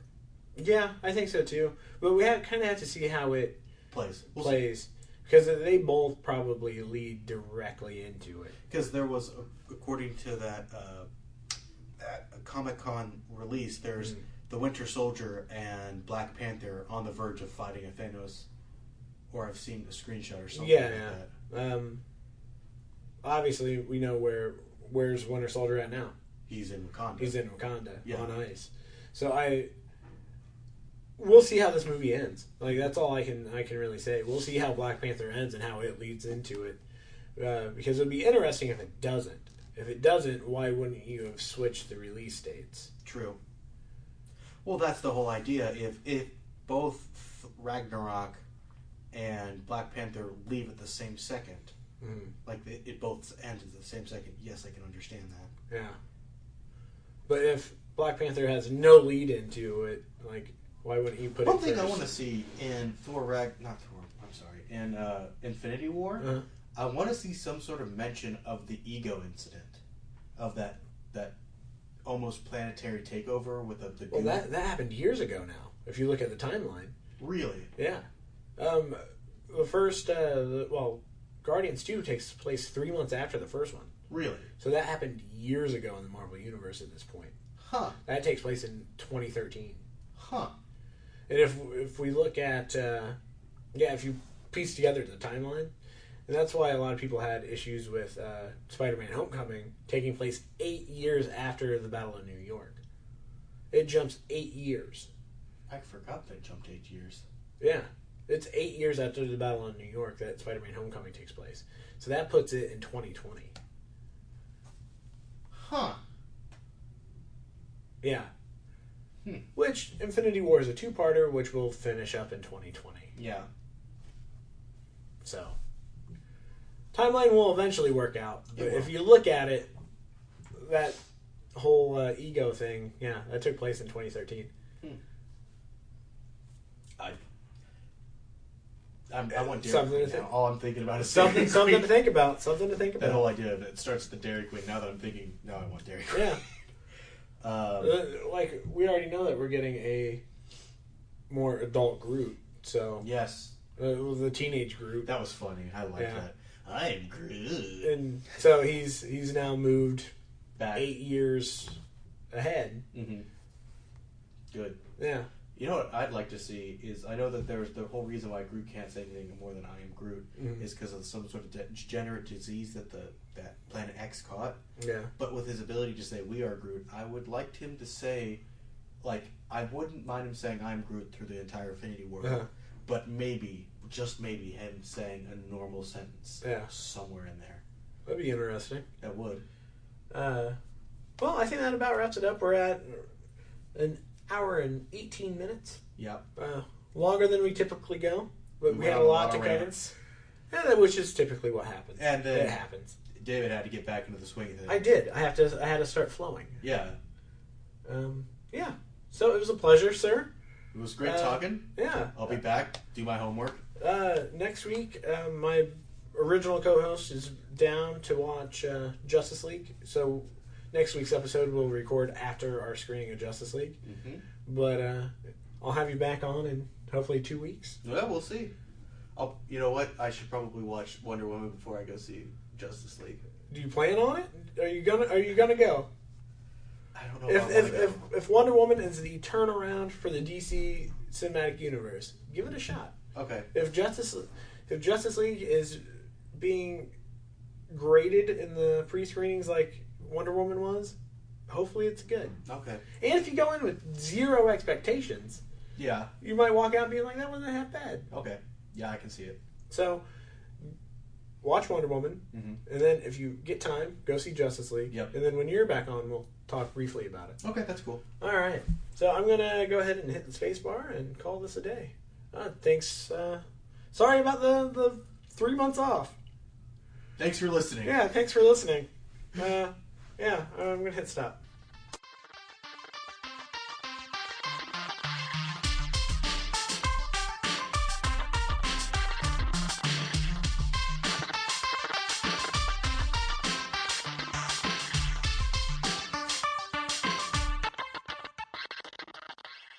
[SPEAKER 2] Yeah, I think so too. But we have kind of have to see how it
[SPEAKER 3] plays.
[SPEAKER 2] plays because they both probably lead directly into it.
[SPEAKER 3] because there was, a- according to that uh, that Comic Con release, there's
[SPEAKER 2] Mm.
[SPEAKER 3] the Winter Soldier and Black Panther on the verge of fighting a Thanos, or I've seen a screenshot or something
[SPEAKER 2] Yeah,
[SPEAKER 3] like
[SPEAKER 2] yeah.
[SPEAKER 3] that.
[SPEAKER 2] Um, obviously, we know where where's Winter Soldier at now.
[SPEAKER 3] He's in Wakanda.
[SPEAKER 2] He's in Wakanda
[SPEAKER 3] Yeah.
[SPEAKER 2] on ice. So I we'll see how this movie ends. Like that's all I can I can really say. We'll see how Black Panther ends and how it leads into it. Uh, because it'd be interesting if it doesn't. If it doesn't, why wouldn't you have switched the release dates?
[SPEAKER 3] True. Well, that's the whole idea. If if both Ragnarok and Black Panther leave at the same second,
[SPEAKER 2] Mm,
[SPEAKER 3] like it, it both ends at the same second, yes, I can understand that.
[SPEAKER 2] yeah. But if Black Panther has no lead into it, like why wouldn't you put
[SPEAKER 3] One
[SPEAKER 2] it
[SPEAKER 3] thing I
[SPEAKER 2] first?
[SPEAKER 3] want to see in Thor Rag, not Thor, I'm sorry, in uh, Infinity War,
[SPEAKER 2] Uh-huh.
[SPEAKER 3] I want to see some sort of mention of the ego incident, of that that almost planetary takeover with the, the
[SPEAKER 2] Well,
[SPEAKER 3] goo-
[SPEAKER 2] that that happened years ago now. If you look at the timeline.
[SPEAKER 3] really
[SPEAKER 2] Yeah. Um, the first, uh, the- well, Guardians 2 takes place three months after the first one.
[SPEAKER 3] really
[SPEAKER 2] So that happened years ago in the Marvel Universe at this point.
[SPEAKER 3] huh
[SPEAKER 2] That takes place in 2013.
[SPEAKER 3] huh
[SPEAKER 2] And if, if we look at, uh, yeah, if you piece together the timeline, and that's why a lot of people had issues with uh, Spider Man Homecoming taking place eight years after the Battle of New York. It jumps eight years.
[SPEAKER 3] I forgot that jumped eight years.
[SPEAKER 2] Yeah. It's eight years after the Battle in New York that Spider Man Homecoming takes place. So that puts it in 2020.
[SPEAKER 3] Huh.
[SPEAKER 2] Yeah.
[SPEAKER 3] Hmm.
[SPEAKER 2] Which Infinity War is a two parter, which will finish up in 2020.
[SPEAKER 3] Yeah.
[SPEAKER 2] So. Timeline will eventually work out. But
[SPEAKER 3] It
[SPEAKER 2] if
[SPEAKER 3] will.
[SPEAKER 2] you look at it, that whole uh, ego thing, yeah, that took place in 2013.
[SPEAKER 3] I'm, I want Dairy
[SPEAKER 2] Something
[SPEAKER 3] Queen
[SPEAKER 2] to
[SPEAKER 3] now.
[SPEAKER 2] think-
[SPEAKER 3] All I'm thinking about is
[SPEAKER 2] Something,
[SPEAKER 3] Dairy
[SPEAKER 2] something to
[SPEAKER 3] Queen.
[SPEAKER 2] think about. Something to think
[SPEAKER 3] That
[SPEAKER 2] about.
[SPEAKER 3] whole idea of it starts with the Dairy Queen. Now that I'm thinking, now I want Dairy Queen.
[SPEAKER 2] Yeah.
[SPEAKER 3] Um,
[SPEAKER 2] Uh, Like, we already know that we're getting a more adult group, so.
[SPEAKER 3] yes,
[SPEAKER 2] uh, the teenage group,
[SPEAKER 3] that was funny. I like
[SPEAKER 2] Yeah.
[SPEAKER 3] that. I am Groot.
[SPEAKER 2] and so he's he's now moved
[SPEAKER 3] Back.
[SPEAKER 2] eight years ahead.
[SPEAKER 3] Mm-hmm. Good.
[SPEAKER 2] Yeah,
[SPEAKER 3] You know what I'd like to see is I know that there's the whole reason why Groot can't say anything more than I am Groot
[SPEAKER 2] Mhm.
[SPEAKER 3] is because of some sort of de- degenerate disease that the that Planet X caught.
[SPEAKER 2] yeah,
[SPEAKER 3] But with his ability to say "We are Groot," I would like him to say, like, I wouldn't mind him saying "I'm Groot" through the entire Infinity War,
[SPEAKER 2] Uh-huh.
[SPEAKER 3] but maybe, just maybe, him saying a normal sentence
[SPEAKER 2] Yeah.
[SPEAKER 3] somewhere in there.
[SPEAKER 2] that'd be interesting.
[SPEAKER 3] That would.
[SPEAKER 2] Uh, well, I think that about wraps it up. We're at an hour and eighteen minutes,
[SPEAKER 3] Yep.
[SPEAKER 2] uh, longer than we typically go, but we,
[SPEAKER 3] went
[SPEAKER 2] had
[SPEAKER 3] on
[SPEAKER 2] a lot, to
[SPEAKER 3] of
[SPEAKER 2] cover.
[SPEAKER 3] rants.
[SPEAKER 2] Yeah, that- which is typically what happens.
[SPEAKER 3] And then-
[SPEAKER 2] it happens.
[SPEAKER 3] David had to get back into the swing of things.
[SPEAKER 2] I did. I have to. I had to start flowing.
[SPEAKER 3] Yeah,
[SPEAKER 2] Um, yeah. So it was a pleasure, sir.
[SPEAKER 3] it was great
[SPEAKER 2] Uh,
[SPEAKER 3] talking.
[SPEAKER 2] Yeah.
[SPEAKER 3] I'll be back. Do my homework.
[SPEAKER 2] Uh, next week, uh, my original co-host is down to watch uh, Justice League, so next week's episode we'll record after our screening of Justice League.
[SPEAKER 3] Mm-hmm.
[SPEAKER 2] But uh, I'll have you back on in hopefully two weeks.
[SPEAKER 3] Yeah, we'll see. I'll, you know what? I should probably watch Wonder Woman before I go see Justice League.
[SPEAKER 2] Do you plan on it? Are you gonna Are you gonna go?
[SPEAKER 3] I don't know.
[SPEAKER 2] If
[SPEAKER 3] Oh, I wanna
[SPEAKER 2] if,
[SPEAKER 3] go.
[SPEAKER 2] if if Wonder Woman is the turnaround for the DC cinematic universe. Give it a shot.
[SPEAKER 3] Okay.
[SPEAKER 2] If Justice if Justice League is being graded in the pre-screenings like Wonder Woman was, hopefully it's good.
[SPEAKER 3] Okay.
[SPEAKER 2] And if you go in with zero expectations,
[SPEAKER 3] Yeah.
[SPEAKER 2] you might walk out being like, "That wasn't half bad."
[SPEAKER 3] Okay. Yeah, I can see it.
[SPEAKER 2] So, watch Wonder Woman,
[SPEAKER 3] Mhm.
[SPEAKER 2] and then if you get time, go see Justice League.
[SPEAKER 3] Yep.
[SPEAKER 2] And then when you're back on, we'll talk briefly about it.
[SPEAKER 3] Okay, that's cool.
[SPEAKER 2] All right. So I'm gonna go ahead and hit the space bar and call this a day. Uh, thanks. Uh, sorry about the the three months off.
[SPEAKER 3] Thanks for listening.
[SPEAKER 2] Yeah. Thanks for listening. Uh, yeah. I'm gonna hit stop.